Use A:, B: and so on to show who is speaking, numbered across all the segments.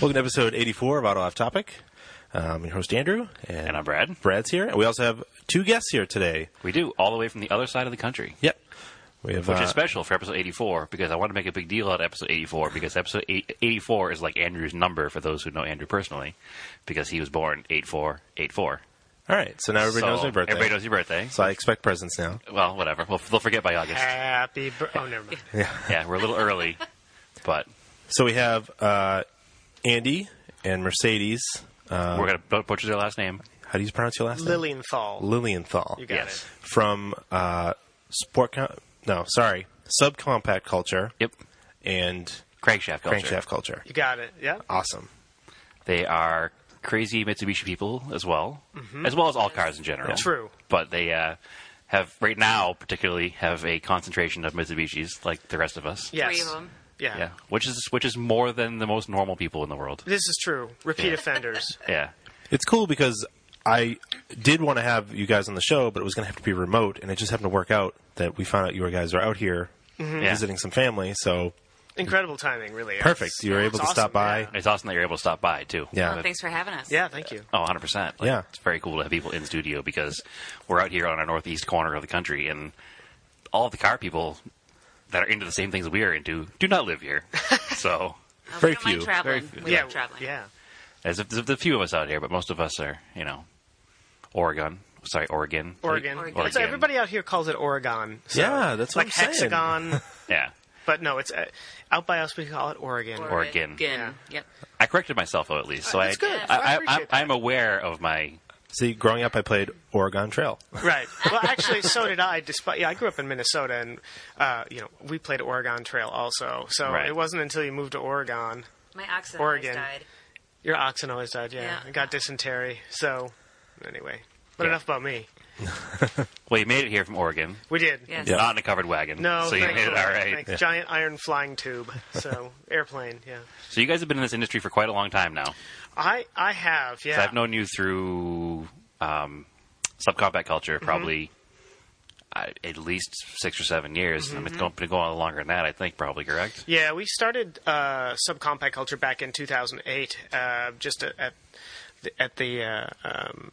A: Welcome to episode 84 of Auto Off Topic. Um, your host Andrew and,
B: And I'm Brad.
A: Brad's here, and we also have two guests here today.
B: We do, all the way from the other side of the country.
A: Yep, we have
B: Which
A: uh,
B: is special for episode 84 because I want to make a big deal out of episode 84 because episode eight, 84 is like Andrew's number for those who know Andrew personally because he was born 8484.
A: uh, all right. So now everybody
B: So
A: knows my birthday.
B: Everybody knows your birthday.
A: so I expect presents now.
B: Well, whatever. Well, they'll forget by August.
C: Happy bir- Oh, never mind.
B: yeah, we're a little early, but
A: So we have uh, Andy and Mercedes. Uh,
B: we're going to butcher their last name.
A: how do you pronounce your last
C: Lilienthal.
A: name? Lilienthal.
C: you got
B: yes.
A: from uh, sport. Com- no, sorry, subcompact culture
B: Yep.
A: and
B: Crankshaft culture.
A: crankshaft culture.
C: it. You got it. Yeah.
A: Awesome.
B: They are crazy Mitsubishi people as well, as well as all cars in general.
C: Mm-hmm. True.
B: but they uh, have right now, particularly, have a concentration of Mitsubishis, like the rest of us.
C: Yes.
D: Three of 'em.
C: Yeah.
B: yeah, which is which is more than the most normal people in the world.
C: This is true. Repeat
B: Yeah.
C: offenders.
B: Yeah,
A: It's cool because I did want to have you guys on the show, but it was going to have to be remote, and it just happened to work out that we found out you guys are out here
C: Mm-hmm.
B: Yeah.
A: visiting some family. So
C: Incredible timing, really. It's-
A: perfect, you were
C: it's
A: able to
C: awesome,
A: stop by.
C: Yeah.
B: It's awesome that you're able to stop by too.
A: Yeah.
D: Well, Oh, thanks for having us.
C: Yeah, thank you.
B: Oh, 100 percent.
A: Yeah.
B: it's very cool to have people in studio because we're out here on our northeast corner of the country, and all the car people that are into the same things we are into do not live here. so
D: Uh,
A: Very
D: we don't mind
A: few.
D: traveling.
B: Very few.
D: We
C: yeah.
D: love traveling.
C: Yeah.
B: As if there's a few of us out here, but most of us are, you know, Oregon. Sorry, Oregon.
C: Oregon.
D: Oregon.
C: It's-
B: Oregon.
C: everybody out here calls it Oregon. So
A: Yeah, that's what
C: like
A: I'm saying.
C: hexagon.
B: Yeah.
C: but no, it's uh, out by us. We call it Oregon.
D: Or-
B: Oregon.
D: Again. Yep.
B: I corrected myself though, at least, so
C: Uh, That's
B: I,
C: good.
B: I,
C: I
B: I,
C: appreciate
B: am I'm aware of my.
A: See, growing up, I played Oregon Trail.
C: Right. Well, actually, so did I. Despite yeah, I grew up in Minnesota, and uh, you know we played Oregon Trail also. So
B: Right.
C: it wasn't until you moved to Oregon,
D: My oxen
C: Oregon.
D: almost died.
C: your oxen always died. Yeah,
D: Yeah.
C: I got dysentery. So anyway, but
B: Yeah.
C: enough about me.
B: Well, you made it here from Oregon,
C: We did.
D: Yes.
A: Yeah.
B: not in a covered wagon.
C: No,
B: so you
C: thank
B: made it all right.
C: Thank- Giant iron flying tube. So airplane. Yeah.
B: So you guys have been in this industry for quite a long time now.
C: I I have. Yeah.
B: So I've known you through um, subcombat culture,
C: Mm-hmm.
B: probably uh, at least six or seven years. and
C: Mm-hmm.
B: it's going to go on longer than that, I think, probably correct.
C: Yeah, we started uh, subcompact culture back in 2008, uh, just at at the, at the uh, um,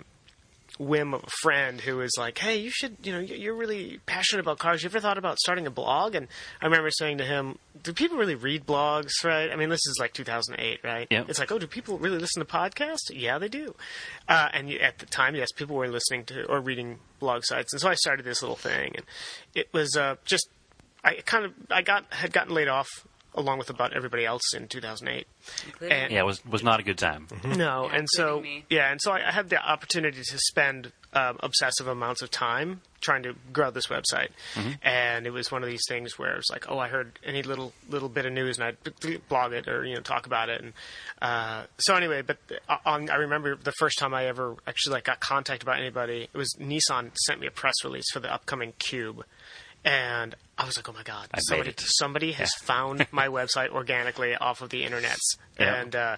C: whim of a friend who was like, "Hey, you should, you know, you- you're really passionate about cars. You ever thought about starting a blog?" And I remember saying to him, "Do people really read blogs? Right? I mean, this is like 2008, right?
B: Yeah.
C: It's like, oh, do people really listen to podcasts? Yeah, they do. Uh, and you, at the time, yes, people were listening to or reading blog sites, and so I started this little thing, and it was uh, just." I kind of I got had gotten laid off along with about everybody else in 2008.
D: Including
C: And-
B: Yeah, it was was not a good time.
C: No,
B: Mm-hmm.
D: Yeah,
C: and so
D: including me.
C: yeah, and so I, I had the opportunity to spend um, obsessive amounts of time trying to grow this website,
B: Mm-hmm.
C: and it was one of these things where it was like, oh, I heard any little little bit of news, and I'd b- b- blog it or you know talk about it, and uh, so anyway, but uh, on, I remember the first time I ever actually like got contacted by anybody. It was Nissan sent me a press release for the upcoming Cube. And I was like, "Oh my God!
B: made
C: somebody,
B: it.
C: somebody has found my website organically off of the internets,
B: Yeah.
C: and uh,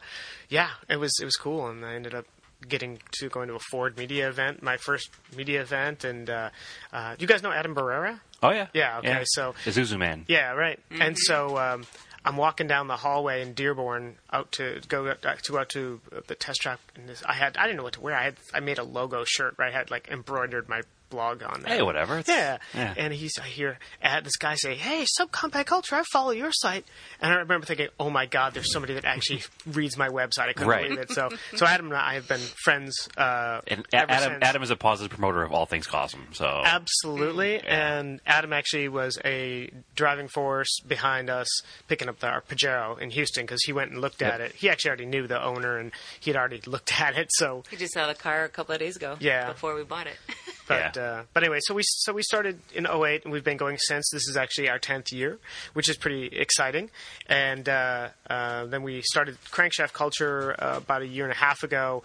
C: yeah, it was it was cool, and I ended up getting to going to a Ford media event, my first media event, and uh, uh, you guys know Adam Barrera,
B: Oh yeah.
C: Yeah, okay, so-
B: Isuzu man.
C: yeah, right, and so. Um, I'm walking down the hallway in Dearborn out to go uh, to out to the test track. And this, I had I didn't know what to wear. I had I made a logo shirt. Right, I had like embroidered my blog on. There.
B: Hey, whatever. It's-
C: Yeah. And he's I hear uh, this guy say, "Hey, Subcompact Culture, I follow your site." And I remember thinking, "Oh my God, there's somebody that actually reads my website." I couldn't
B: Right.
C: believe it. So, so Adam and I have been friends. Uh,
B: And A-
C: ever
B: Adam
C: since.
B: Adam is a positive promoter of all things Cosm. So
C: Absolutely, and Adam actually was a driving force behind us picking up the, our Pajero in Houston because he went and looked at it. He actually already knew the owner and he had already looked at it. So
D: We just saw the car a couple of days ago.
C: Yeah.
D: Before we bought it.
C: But
B: Yeah.
C: uh, but anyway, so we so we started in 08 and we've been going since. This is actually our 10th year, which is pretty exciting. And uh, uh, then we started Crankshaft Culture uh, about a year and a half ago.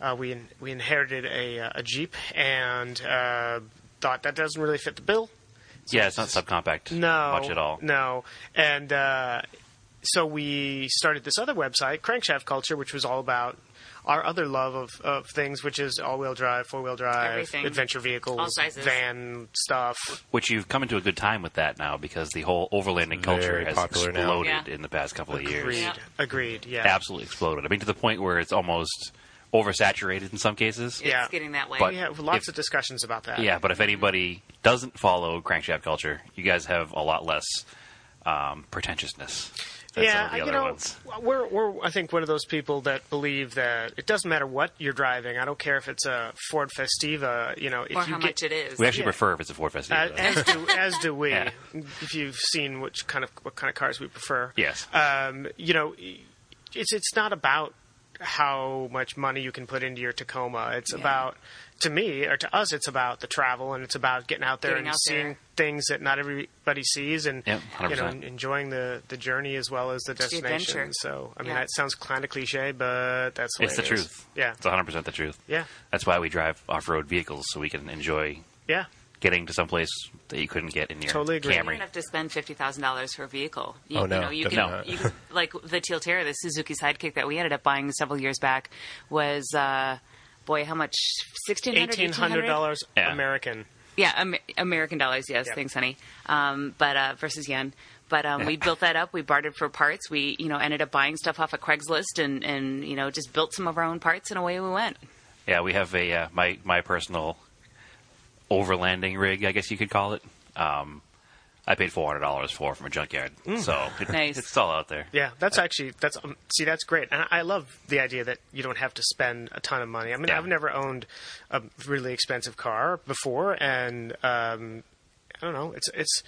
C: Uh, we in, we inherited a uh, a Jeep and uh, thought that doesn't really fit the bill.
B: yeah, it's not subcompact
C: No,
B: much at all.
C: No, and uh, so we started this other website, Crankshaft Culture, which was all about our other love of, of things, which is all wheel drive, four wheel drive,
D: Everything.
C: adventure vehicles,
D: All sizes.
C: van stuff.
B: Which you've come into a good time with that now because the whole overlanding culture
A: Very
B: has
A: popular now.
B: exploded
D: Yeah.
B: in the past couple of years.
C: Agreed.
D: Yeah.
C: Agreed. Yeah.
B: Absolutely exploded. I mean, to the point where it's almost oversaturated in some cases.
D: It's
C: Yeah.
D: getting that way.
B: But-
C: We have
B: If-
C: lots of discussions about that.
B: Yeah, but if anybody doesn't follow crankshaft culture, you guys have a lot less um, pretentiousness than some of the
C: you
B: other
C: know,
B: ones.
C: We're, we're, I think, one of those people that believe that it doesn't matter what you're driving. I don't care if it's a Ford Festiva, you know, if you
D: or how
C: get,
D: much it is.
B: We actually
C: yeah.
B: prefer if it's a Ford Festiva.
C: Uh,
B: though.
C: as do as do we.
B: Yeah.
C: If you've seen which kind of what kind of cars we prefer,
B: yes.
C: um, you know, it's it's not about how much money you can put into your Tacoma. It's about to me or to us, it's about the travel and it's about getting out there
D: Getting
C: and
D: out
C: seeing
D: there.
C: things that not everybody sees and
B: Yep,
C: you know
B: 100%.
C: enjoying the, the journey as well as the
D: the
C: destination.
D: adventure.
C: so I mean
D: Yeah.
C: that sounds kind of cliche, but that's the way
B: it's the
C: it is.
B: truth.
C: Yeah,
B: It's 100% the truth.
C: yeah,
B: That's why we drive off road vehicles so we can enjoy
C: yeah.
B: getting to someplace that you couldn't get in your
C: Totally agree.
D: You don't
B: Camry.
D: have to spend fifty thousand dollars for a vehicle. You,
A: Oh, no,
D: you know, you can,
A: definitely not.
D: you can- like the Tilterra, the Suzuki Sidekick that we ended up buying several years back was. Uh, Boy, how much? Sixteen hundred,
C: Eighteen hundred dollars
B: Yeah.
C: American.
D: Yeah, Am- American dollars. Yes,
C: Yep.
D: thanks, honey. Um, but uh, versus yen. But um, we built that up. We bartered for parts. We, you know, ended up buying stuff off of Craigslist and and you know just built some of our own parts and away we went.
B: Yeah, we have a uh, my my personal overlanding rig, I guess you could call it. Um, I paid four hundred dollars for from a junkyard, so it,
D: Nice.
B: it's all out there.
C: Mm. Yeah, that's actually that's um, see that's great, and I love the idea that you don't have to spend a ton of money. I mean,
B: Yeah.
C: I've never owned a really expensive car before, and um, I don't know. It's it's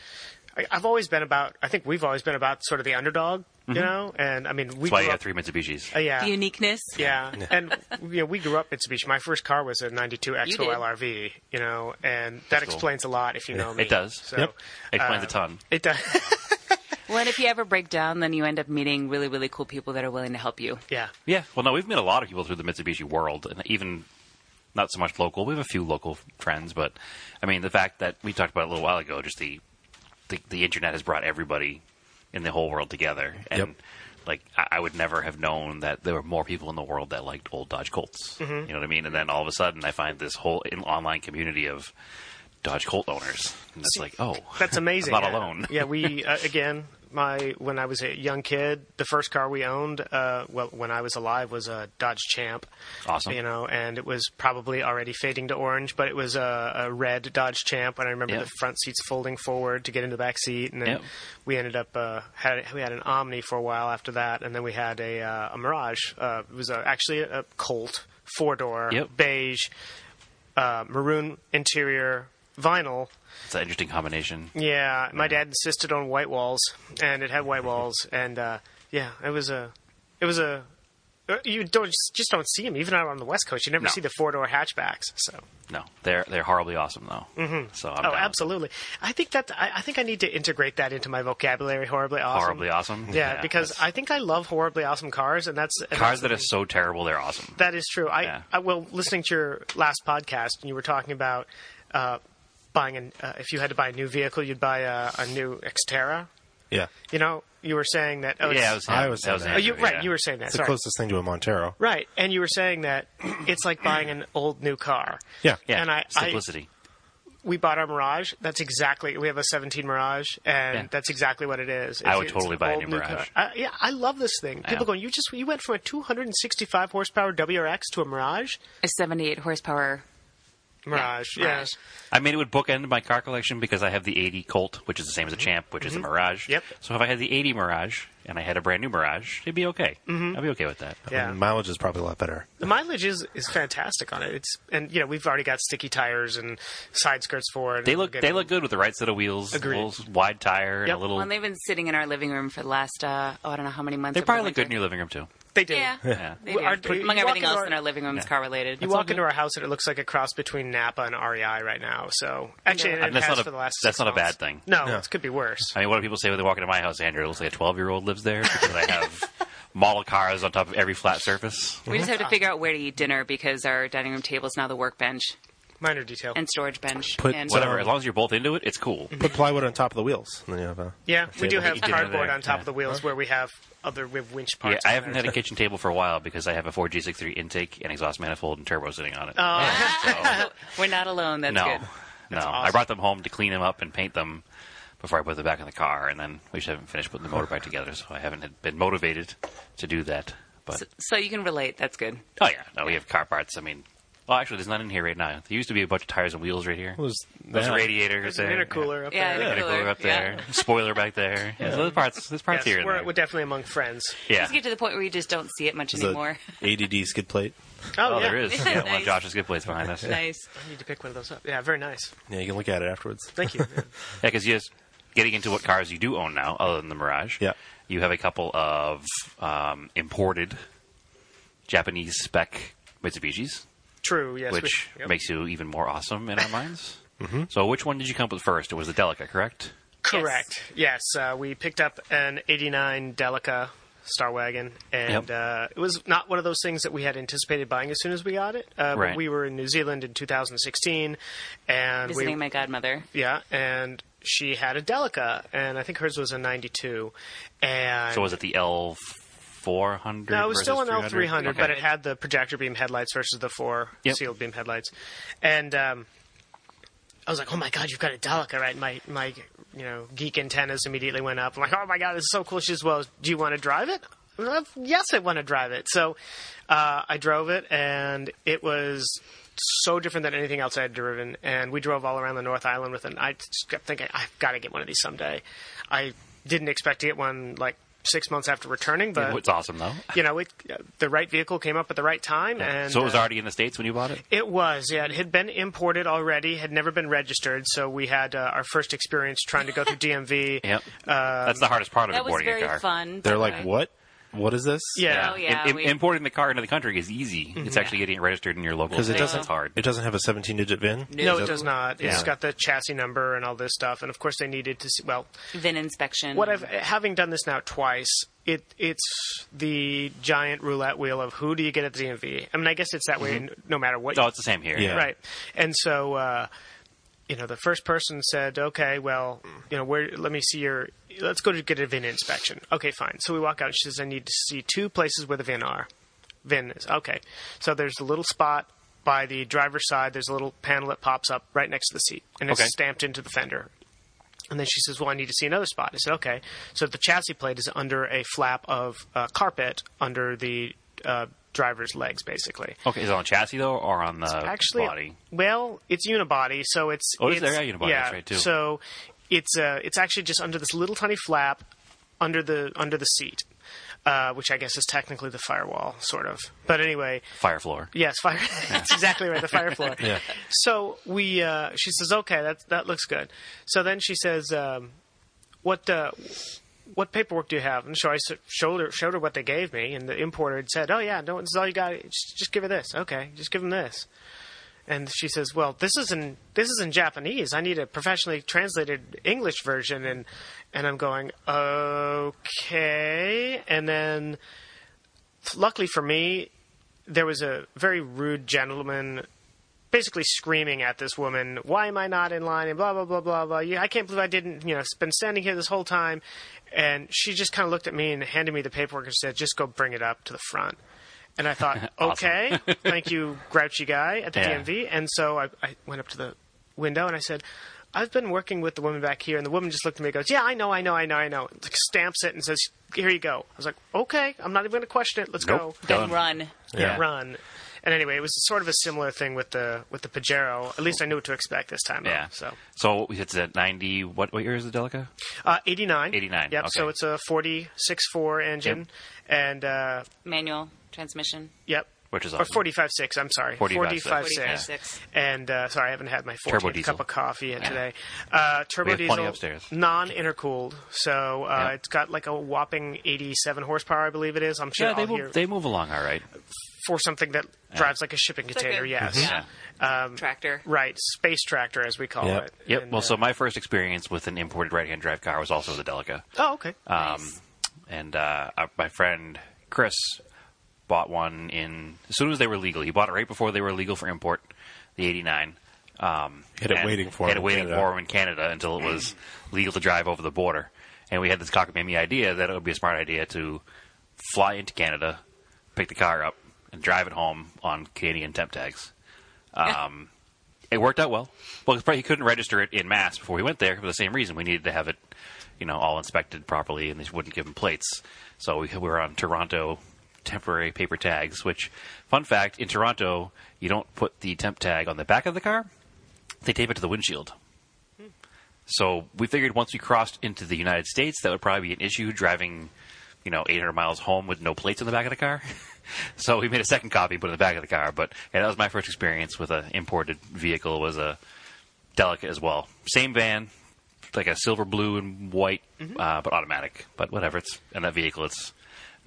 C: I, I've always been about. I think we've always been about sort of the underdog, you know. And I mean, we
B: Mm-hmm. That's why
C: grew
B: you
C: up,
B: have three Mitsubishis.
C: uh, yeah.
D: The uniqueness.
C: yeah, and you know, we grew up Mitsubishi. My first car was a '92
D: did.
C: Expo LRV, you know, and that
B: cool.
C: explains a lot if you know me.
B: It does.
C: So,
A: Yep.
B: It explains
C: uh,
B: a ton.
C: It does.
D: Well, and if you ever break down, then you end up meeting really really cool people that are willing to help you.
C: yeah.
B: Yeah. Well, no, we've met a lot of people through the Mitsubishi world, and even not so much local. We have a few local friends, but I mean, the fact that we talked about it a little while ago, just the the, the internet has brought everybody in the whole world together, and
A: Yep.
B: like I, I would never have known that there were more people in the world that liked old Dodge Colts.
C: Mm-hmm.
B: You know what I mean? And then all of a sudden, I find this whole in- online community of Dodge Colt owners, and it's
C: See,
B: like, oh,
C: That's amazing.
B: I'm not
C: yeah.
B: alone.
C: yeah, we uh, again. My when I was a young kid, the first car we owned, uh, well, when I was alive, was a Dodge Champ.
B: Awesome.
C: You know, and it was probably already fading to orange, but it was a, a red Dodge Champ, and I remember
B: Yeah.
C: the front seats folding forward to get into the back seat, and then
B: Yeah.
C: we ended up uh, had we had an Omni for a while after that, and then we had a, uh, a Mirage. Uh, it was uh actually a Colt four door
B: Yep.
C: beige uh, maroon interior vinyl
B: It's an interesting combination.
C: yeah, my dad insisted on white walls, and it had white walls, and uh, yeah, it was a, it was a, uh, you don't just don't see them even out on the West Coast. You never
B: No.
C: see the four door hatchbacks. So
B: No, they're they're horribly awesome though. Mm-hmm. So I'm
C: oh,
B: down.
C: absolutely. I think that I, I think I need to integrate that into my vocabulary. Horribly awesome.
B: horribly awesome.
C: Yeah, because
B: that's-
C: I think I love horribly awesome cars, and that's and
B: cars
C: that's
B: that are so terrible they're awesome.
C: That is true. I,
B: Yeah.
C: I well, listening to your last podcast, and you were talking about uh, buying an uh, if you had to buy a new vehicle, you'd buy a, a new Xterra.
A: Yeah.
C: You know, you were saying that. Oh,
B: yeah,
C: it's-
B: I was.
A: I was
B: that was
A: saying
C: Oh,
B: Andrew,
C: you, right.
B: yeah.
C: You were saying that.
A: It's the
C: Sorry.
A: closest thing to a Montero.
C: Right, and you were saying that it's like buying an old new car.
A: Yeah.
B: Yeah,
C: and I- I-
B: simplicity.
C: We bought our Mirage. That's exactly. We have a 17 Mirage, and
B: Yeah.
C: that's exactly what it is.
B: I
C: It's-
B: would
C: it's
B: totally
C: an
B: buy a
C: old
B: new Mirage.
C: car. I, yeah, I love this thing. People
B: Yeah.
C: going, you just you went from a 265 horsepower WRX to a Mirage.
D: A seventy-eight horsepower.
C: Mirage, yeah.
D: Mirage.
B: I mean, it would bookend my car collection because I have the 80 Colt, which is the same as a Champ, which is a Mirage.
C: Mm-hmm. Yep.
B: So if I had the 80 Mirage and I had a brand new Mirage, it'd be okay. I'd be okay with that.
C: Mm-hmm. Yeah.
A: And mileage is probably a lot better.
C: The mileage is, is fantastic on it. It's and you know we've already got sticky tires and side skirts for it.
B: They
C: and we'll
B: look
C: get-
B: they look good with the right set of wheels,
C: Agreed.
B: a little wide tire,
C: Yep.
B: and a little.
D: Well, and they've been sitting in our living room for the last uh, oh I don't know how many months.
B: they
D: over the
B: probably look good in
D: winter.
B: your living room too.
C: They do.
D: Yeah.
B: Yeah.
D: They
C: Well,
D: do.
C: our-
D: Put-
C: you
D: among
C: walk
D: everything
C: into
D: else
C: our-
D: in our living room is
B: Yeah.
D: car related.
C: You walk into our house and it looks like a cross between Napa and REI right now. So actually,
D: Yeah.
C: and
D: I
C: it
B: mean, that's
C: has
B: not a-
C: for the last.
B: that's
C: six
B: not a
C: months.
B: bad thing.
C: No,
A: No.
C: it could be worse.
B: I mean, what do people say when they walk into my house, Andrew? It looks like a 12 year old lives there because I have model cars on top of every flat surface.
D: We just have to figure out where to eat dinner because our dining room table is now the workbench.
C: minor detail.
D: and storage bench.
A: Put
D: and
B: Whatever,
A: So-
B: as long as you're both into it, it's cool.
A: Put plywood on top of the wheels, and then you have a
C: yeah,
A: a
C: we do
A: table.
C: have
B: did over
C: cardboard
B: there,
C: on top
B: yeah.
C: of the wheels where we have other we have winch
B: Yeah,
C: parts.
B: I
C: on
B: haven't
C: there.
B: had a kitchen table for a while because I have a 4G63 intake and exhaust manifold and turbo sitting on it.
C: Oh,
D: so we're not alone. That's
B: no,
D: good.
B: no. I
C: awesome.
B: brought them home to clean them up and paint them before I put them back in the car, and then we just haven't finished putting the motor back together, so I haven't had- been motivated to do that. But
D: So, so you can relate. That's good.
B: oh yeah, no, we have car parts. I mean, well, actually, there's none in here right now. There used to be a bunch of tires and wheels right here.
A: Well, there's
B: There's
A: that.
B: a radiator.
C: There's
B: there.
C: an intercooler up
D: Yeah,
C: there.
D: yeah.
B: Yeah. Intercooler up
D: Yeah.
B: there. Spoiler back there. Yeah, so there's parts. There's parts
C: Yes,
B: here. and
C: we're,
B: there.
C: we're definitely among friends.
B: yeah.
D: Just get to the point where you just don't see it much
A: There's a
D: anymore.
A: ADD skid plate.
C: Oh,
B: Oh,
C: yeah.
B: there is. Yeah, one
D: Nice.
B: of Josh's good plates behind us. Yeah,
D: nice.
C: I need to pick one of those up. Yeah, very nice.
A: Yeah, you can look at it afterwards.
C: Thank you.
B: because yes, getting into what cars you do own now, other than the Mirage.
A: Yeah.
B: you have a couple of um, imported Japanese spec Mitsubishis,
C: True. Yes. we-
B: which
C: yep.
B: makes you even more awesome in our minds. mm-hmm. So, which one did you come up with first? It was the Delica, correct?
C: Correct. Yes, uh, we picked up an '89 Delica Star Wagon, and
B: Yep.
C: uh, it was not one of those things that we had anticipated buying as soon as we got it. Uh,
B: Right.
C: But we were in New Zealand in 2016, and we
D: Visiting my godmother.
C: yeah, and she had a Delica, and I think hers was a '92, and
B: So, was it the L four hundred?
C: no, it was still an L three hundred, but it
B: Okay.
C: had the projector beam headlights versus the four
B: Yep.
C: sealed beam headlights, and um, I was like, "Oh my god, you've got a Delica, right?" My my you know geek antennas immediately went up. I'm like, "Oh my god, this is so cool!" She says, "Well, do you want to drive it?" I was like, Yes, I want to drive it. So uh, I drove it, and it was so different than anything else I had driven. And we drove all around the North Island with it. and I just kept thinking, I've got to get one of these someday. I didn't expect to get one like six months after returning, but
B: It's awesome though.
C: you know, it, uh, the right vehicle came up at the right time, and
B: so it was
C: uh,
B: already in the states when you bought it.
C: it was, yeah, it had been imported already, had never been registered, so we had uh, our first experience trying to go through DMV.
B: Yep. That's
C: um,
B: the hardest part of
D: That was
B: importing
D: very
B: a car.
D: fun. by
A: They're
D: the
A: like,
D: way.
A: what? What is this?
C: Yeah. Mm-hmm.
D: Oh, yeah,
B: Im- im-
D: we-
B: importing the car into the country is easy. It's actually getting it registered in your local
A: because
B: state.
A: it doesn't.
B: That's hard.
A: It doesn't have a 17-digit VIN.
C: No,
A: Is
C: it
A: that-
C: does not. It's
A: Yeah.
C: got the chassis number and all this stuff, and of course they needed to see. Well,
D: VIN inspection.
C: what I've having done this now twice, it it's the giant roulette wheel of who do you get at the DMV. I mean, I guess it's that
B: Mm-hmm.
C: way n- no matter what.
B: No, it's the same here.
A: Yeah.
C: Right. And so, uh, you know, the first person said, okay, well, you know, where, let me see your, let's go to get a VIN inspection. Okay, fine. So we walk out and she says, I need to see two places where the VIN are. VIN is, okay. So there's a little spot by the driver's side, there's a little panel that pops up right next to the seat and it's
B: Okay.
C: stamped into the fender. And then she says, "Well, I need to see another spot." I said, "Okay." So the chassis plate is under a flap of uh, carpet under the uh, driver's legs, basically.
B: Okay, is it on the chassis though, or on the
C: actually
B: body?
C: well it's unibody so it's
B: Oh, it is
C: it's-
B: there? Yeah, unibody,
C: yeah,
B: that's right, too.
C: so it's uh it's actually just under this little tiny flap under the under the seat uh, which I guess is technically the firewall, sort of. But anyway,
B: Fire floor.
C: yes, fire. that's exactly right, the fire floor.
A: Yeah.
C: So we, uh, she says, okay, that that looks good. So then she says, um, what uh, what paperwork do you have? And so I s- showed her, showed her what they gave me, and the importer had said, oh yeah, no, this is all you got. Just, just give her this, okay? Just give him this. And she says, well, this is in this is in Japanese. I need a professionally translated English version. And and I'm going, okay. And then, luckily for me, there was a very rude gentleman basically screaming at this woman, "Why am I not in line?" and blah blah blah blah blah. You- I can't believe I didn't, you know, been standing here this whole time. And she just kind of looked at me and handed me the paperwork and said, "Just go bring it up to the front." And I thought,
B: Awesome.
C: "Okay, thank you, grouchy guy at the
B: Yeah.
C: DMV." And so I, I went up to the window and I said. I've been working with the woman back here, and the woman just looked at me and goes, Yeah, I know, I know, I know, I know. Like, stamps it and says, Here you go. I was like, Okay, I'm not even going to question it. Let's
B: Nope.
C: go
B: Done.
D: Then run.
B: Yeah.
C: run. And anyway, it was sort of a similar thing with the with the Pajero. At least I knew what to expect this time.
B: Yeah.
C: Out, so
B: So it's at ninety. What what year is the Delica?
C: uh, eighty nine.
B: 89,
C: Yep. So
B: okay.
C: it's a forty six four engine, and uh,
D: Manual transmission.
C: yep.
B: Which is
C: or
B: awesome.
C: forty five six. I'm sorry,
B: 45.6.
D: 45.6
C: 45.6. And uh, sorry, I haven't had my
B: Turbo
C: 14th cup
B: diesel.
C: of coffee yet today. Uh, turbo
B: We have plenty
C: diesel,
B: upstairs.
C: non-intercooled, so uh,
B: Yeah.
C: it's got like a whopping 87 horsepower, I believe it is. I'm sure
B: Yeah, they
C: I'll
B: move,
C: hear
B: they move along all right.
C: for something that drives like a shipping container.
D: good-
C: yes,
B: Mm-hmm.
D: Yeah. Tractor.
C: Um, right, space tractor as we call
A: Yep.
C: it.
B: Yep.
C: And,
B: well,
C: uh,
B: so my first experience with an imported right-hand drive car was also the Delica,
C: Oh, okay.
B: um, and uh, uh, my friend Chris bought one in as soon as they were legal. He bought it right before they were legal for import, the '89. Um,
A: Had it
B: and
A: waiting for him
B: had it
A: in
B: waiting
A: Canada.
B: for him in Canada until it was legal to drive over the border. And we had this cockamamie idea that it would be a smart idea to fly into Canada, pick the car up, and drive it home on Canadian temp tags. Um, it worked out well. Well, it's probably- he couldn't register it in mass before he went there for the same reason. We needed to have it, you know, all inspected properly, and they wouldn't give him plates. So we, we were on Toronto temporary paper tags. Which, fun fact, in Toronto, you don't put the temp tag on the back of the car; they tape it to the windshield. So we figured once we crossed into the United States, that would probably be an issue driving, you know, 800 miles home with no plates in the back of the car. so we made a second copy, and put it in the back of the car. But yeah, that was my first experience with an imported vehicle. It was a delicate as well. Same van, like a silver blue and white,
C: Mm-hmm.
B: uh, but automatic. But whatever. It's and that vehicle, it's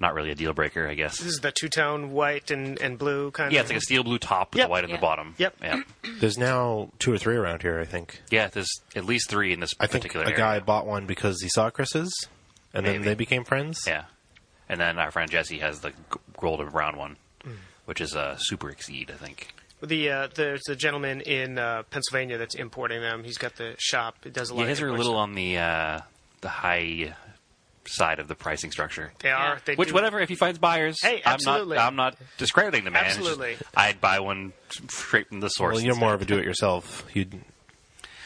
B: not really a deal breaker, I guess.
C: This is the two tone white and, and blue kind
B: yeah,
C: of.
B: it's like a steel blue top with
C: Yep.
B: the white on
D: Yeah.
B: the bottom.
C: Yep.
B: Yeah.
A: There's now two or three around here, I think.
B: yeah, there's at least three in this
A: I think
B: particular
A: a
B: area.
A: guy bought one because he saw Chris's, and then
B: Maybe.
A: they became friends.
B: Yeah, and then our friend Jesse has the g- gold and brown one,
C: Mm.
B: which is a uh, super exceed, I think.
C: the uh, there's the gentleman in uh, Pennsylvania that's importing them. He's got the shop. It does a lot.
B: Yeah,
C: of
B: his are a
C: import
B: little
C: stuff.
B: on the uh, the high side of the pricing structure.
C: They are.
D: Yeah.
C: They
B: Which,
C: do-
B: whatever, if he finds buyers,
C: Hey, absolutely.
B: I'm not. I'm not discrediting the man. it's just
C: Absolutely.
B: I'd buy one straight from the source.
A: Well, you're more of a do-it-yourself. You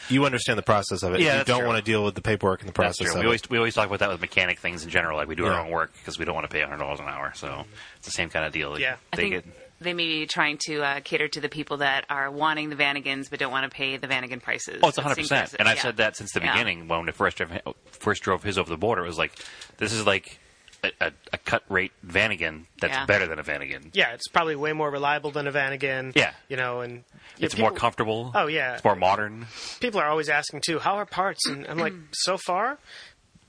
A: you understand the process of it.
B: Yeah,
A: you
B: that's
A: don't
B: true.
A: want to deal with the paperwork and the
B: That's
A: process.
B: true.
A: Of it.
B: We always we always talk about that with mechanic things in general. Like we do our
A: Yeah.
B: own work because we don't want to pay hundred dollars an hour. So it's the same kind of deal. Like,
C: Yeah.
D: I
B: they
D: think
B: get-
D: they may be trying to uh, cater to the people that are wanting the Vanagons but don't want to pay the Vanagon prices.
B: Oh, it's
D: It
B: 100.
D: seems
B: percent
D: like-
B: And I've
D: yeah.
B: said that since the
D: Yeah.
B: beginning. When I first drove, first drove his over the border, it was like, this is like a, a, a cut rate Vanagon that's
D: Yeah.
B: better than a Vanagon.
C: Yeah, it's probably way more reliable than a Vanagon.
B: Yeah.
C: you know, and yeah,
B: It's
C: people,
B: more comfortable.
C: Oh, yeah.
B: it's more modern.
C: people are always asking too, how are parts? And I'm like, so far,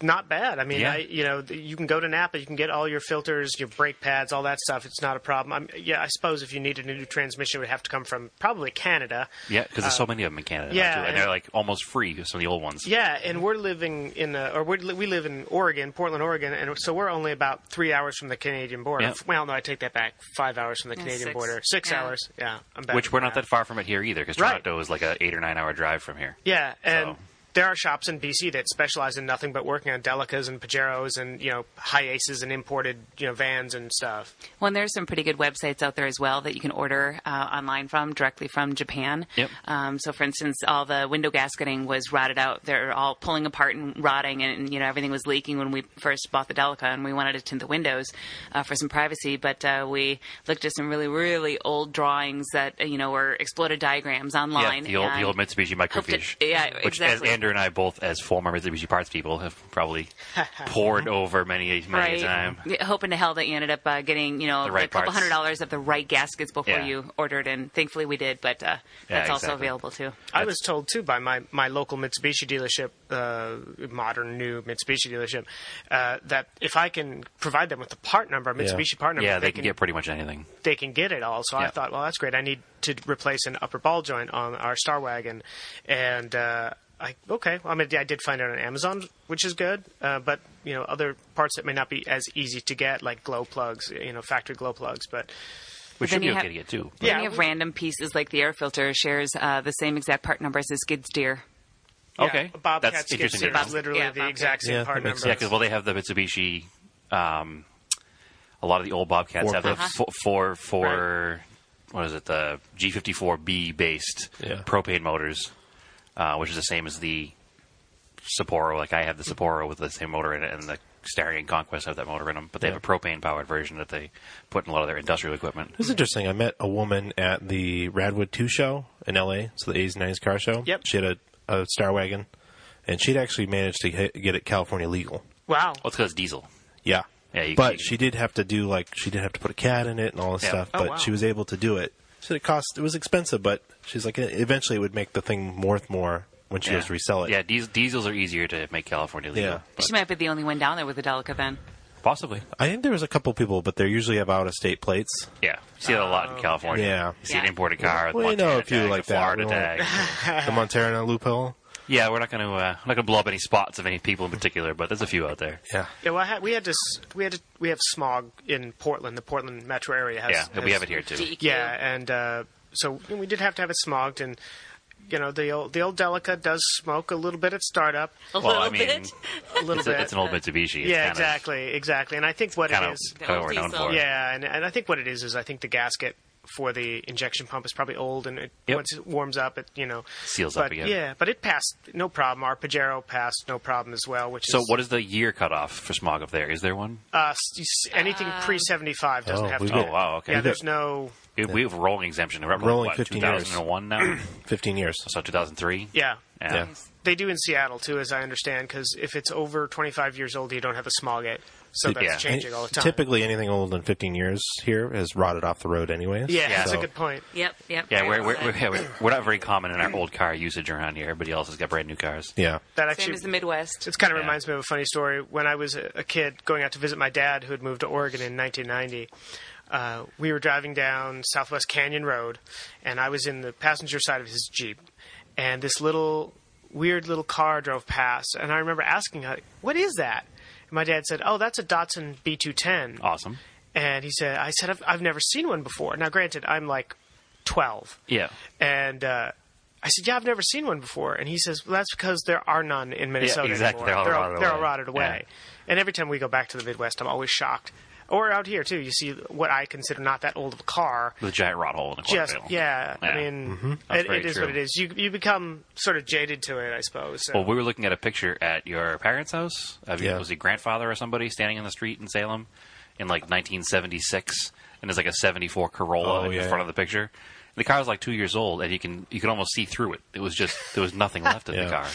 C: not bad. I mean,
B: Yeah.
C: I, you know, th- you can go to Napa, you can get all your filters, your brake pads, all that stuff. It's not a problem. I'm, yeah, I suppose if you needed a new transmission, it would have to come from probably Canada.
B: Yeah, because there's so many of them in Canada. now,
C: Uh, yeah,
B: too, and
C: and-
B: they're like almost free. Some of the old ones.
C: Yeah, and we're living in, uh, or we're, li- we live in Oregon, Portland, Oregon, and so we're only about three hours from the Canadian border.
B: Yeah.
C: Well, no, I take that back. Five hours from the Canadian
D: six.
C: border. Six
D: Yeah.
C: hours. Yeah, I'm back.
B: Which we're not that far from it here either, because
C: Right.
B: Toronto is like a eight or nine hour drive from here.
C: Yeah,
B: So-
C: and there are shops in BC that specialize in nothing but working on Delicas and Pajeros and you know high aces and imported you know vans and stuff.
D: Well, and there's some pretty good websites out there as well that you can order uh, online from, directly from Japan.
B: Yep.
D: Um, so, for instance, all the window gasketing was rotted out. They're all pulling apart and rotting, and you know everything was leaking when we first bought the Delica, and we wanted to tint the windows uh, for some privacy. But uh, we looked at some really, really old drawings that uh, you know were exploded diagrams
B: Yeah,
D: online.
B: the old, the
D: and-
B: old Mitsubishi microfiche.
D: to- yeah,
B: which,
D: exactly.
B: as Andrew and I both, as former Mitsubishi parts people, have probably poured over many, many a time.
D: Yeah, Hoping to hell that you ended up uh, getting, you know,
B: The right
D: a couple
B: parts.
D: hundred dollars of the right gaskets before
B: Yeah.
D: you ordered, and thankfully we did. But uh, that's also
B: exactly.
D: available too.
C: I was told too by my, my local Mitsubishi dealership, uh, modern new Mitsubishi dealership, uh, that if I can provide them with the part number, Mitsubishi part number,
B: Yeah, they can get pretty much anything.
C: they can get it all. So I
B: Yeah.
C: thought, well, that's great. I need to replace an upper ball joint on our Star Wagon, and uh, I okay. Well, I mean, I did find it on Amazon, which is good. Uh, but you know, other parts that may not be as easy to get, like glow plugs, you know, factory glow plugs. But
B: Which
D: Then
B: should be
D: you
B: okay
D: have-
B: to get too.
D: Then
C: Yeah,
D: you have
C: we-
D: random pieces like the air filter shares uh, the same exact part numbers as Skid's Deer.
C: yeah,
B: Okay.
C: a Bobcat
B: That's
C: skid
B: interesting to
C: steer
B: know.
C: is literally
D: Yeah,
C: the
D: Bobcat.
C: exact same
A: Yeah,
C: part
A: that makes
C: number.
B: Yeah, because well, they have the Mitsubishi. Um, a lot of the old Bobcats have the
A: Forklifts.
B: fo- four four. What is it? The G fifty four B based
A: Yeah.
B: propane motors, uh, which is the same as the Sapporo. Like I have the Sapporo with the same motor in it, and the Starion Conquest have that motor in them. But they have a propane powered version that they put in a lot of their industrial equipment.
A: It's interesting. I met a woman at the Radwood 2 show in LA, so the 80s and 90s car show.
C: Yep.
A: She had a, a Star Wagon, and she'd actually managed to hit, get it California legal.
C: wow.
B: Well, it's because diesel.
A: Yeah.
B: Yeah, you-
A: but
B: you-
A: she did have to do like she did have to put a cat in it and all this
B: Yeah.
A: stuff,
C: Oh,
A: but
C: wow.
A: she was able to do it. She said it cost it was expensive, but she's like eventually it would make the thing worth more when she
B: yeah.
A: goes to resell it.
B: Yeah, diesel, diesels are easier to make California legal.
A: Yeah.
B: but
D: She might be the only one down there with a Delica then.
B: possibly.
A: I think there was a couple people, but they usually have out of state plates.
B: Yeah, see that a lot
C: Oh,
B: in California.
A: Yeah.
B: you see an
D: Yeah.
B: imported car. with
A: Well, you know
B: Montana
A: a few
B: tag,
A: like
B: the
A: that.
B: Florida
A: We won't-
B: tag.
A: the Montana loophole.
B: Yeah, we're not going to uh, we're not going to blow up any spots of any people in particular, but there's a few out there.
A: Yeah.
C: Yeah, well, I had, we had to s- we had to, we have smog in Portland. The Portland metro area has
B: Yeah, we
C: has-
D: E
B: have it here too.
D: DEQ.
C: Yeah, and uh, so we did have to have it smogged, and you know the old the old Delica does smoke a little bit at startup,
D: A
B: Well,
D: little
B: I mean,
D: bit.
C: a little
B: it's,
C: bit.
B: a, it's an old Mitsubishi. It's
C: yeah,
B: kind
C: exactly, exactly. And I think what it
B: Kind
C: is,
B: of what we're known
D: Diesel.
B: for.
C: yeah, and, and I think what it is is I think the gasket for the injection pump is probably old, and it,
B: Yep.
C: once it warms up, it you know
B: Seals
C: but,
B: up again.
C: Yeah, but it passed no problem. Our Pajero passed no problem as well, which
B: So,
C: is
B: what is the year cutoff for smog up there? Is there one?
C: uh, s- s- anything pre seventy five doesn't
A: Oh,
C: have
A: we
C: to.
A: did.
B: Oh, wow, okay.
C: Yeah,
B: We
C: there's
A: did.
C: no.
B: If We have a rolling exemption. We're up to,
A: Rolling
B: what,
A: 15 years.
B: 2001 now?
A: 15 years.
B: so 2003?
C: Yeah.
A: Yeah.
C: They do in Seattle too, as I understand, because if it's over 25 years old, you don't have the smog it. So that's
B: Yeah.
C: changing all the time.
A: Typically, anything older than 15 years here is rotted off the road, anyways.
C: yeah, that's
A: So-
C: a good point.
D: Yep, yep.
B: Yeah,
D: very
B: we're,
D: well
B: we're,
D: said.
B: we're, yeah, we're, we're not very common in our old car usage around here. Everybody else has got brand new cars.
A: Yeah.
C: That
D: Same
C: actually
D: as the Midwest.
C: It kind of
B: Yeah.
C: reminds me of a funny story. When I was a a kid going out to visit my dad, who had moved to Oregon in 1990, uh, we were driving down Southwest Canyon Road, and I was in the passenger side of his Jeep, and this little weird little car drove past, and I remember asking, like, "What is that?" And my dad said, "Oh, that's a Datsun B210."
B: Awesome.
C: And he said, "I said I've, I've never seen one before." Now, granted, I'm like 12.
B: Yeah.
C: And uh, I said, "Yeah, I've never seen one before." And he says, "Well, that's because there are none in Minnesota
B: exactly.
C: anymore.
B: They're all rotted
C: they're all
B: away."
C: rotted away."
B: Yeah.
C: And every time we go back to the Midwest, I'm always shocked. Or out here too, you see what I consider not that old of a car.
B: With a giant rot hole in the
C: Just
B: cornfield.
C: yeah, I
B: Yeah. Mm-hmm.
C: mean,
B: That's
C: it,
B: very
C: it is
B: true.
C: what it is. You you become sort of jaded to it, I suppose. So.
B: Well, we were looking at a picture at your parents' house of your
A: Yeah.
B: was it grandfather or somebody standing in the street in Salem in like 1976, and there's like a 74 Corolla
A: Oh,
B: in
A: yeah,
B: front of
A: yeah.
B: the picture. The car was like two years old, and you can you can almost see through it. It was just there was nothing left of
A: Yeah.
B: the car.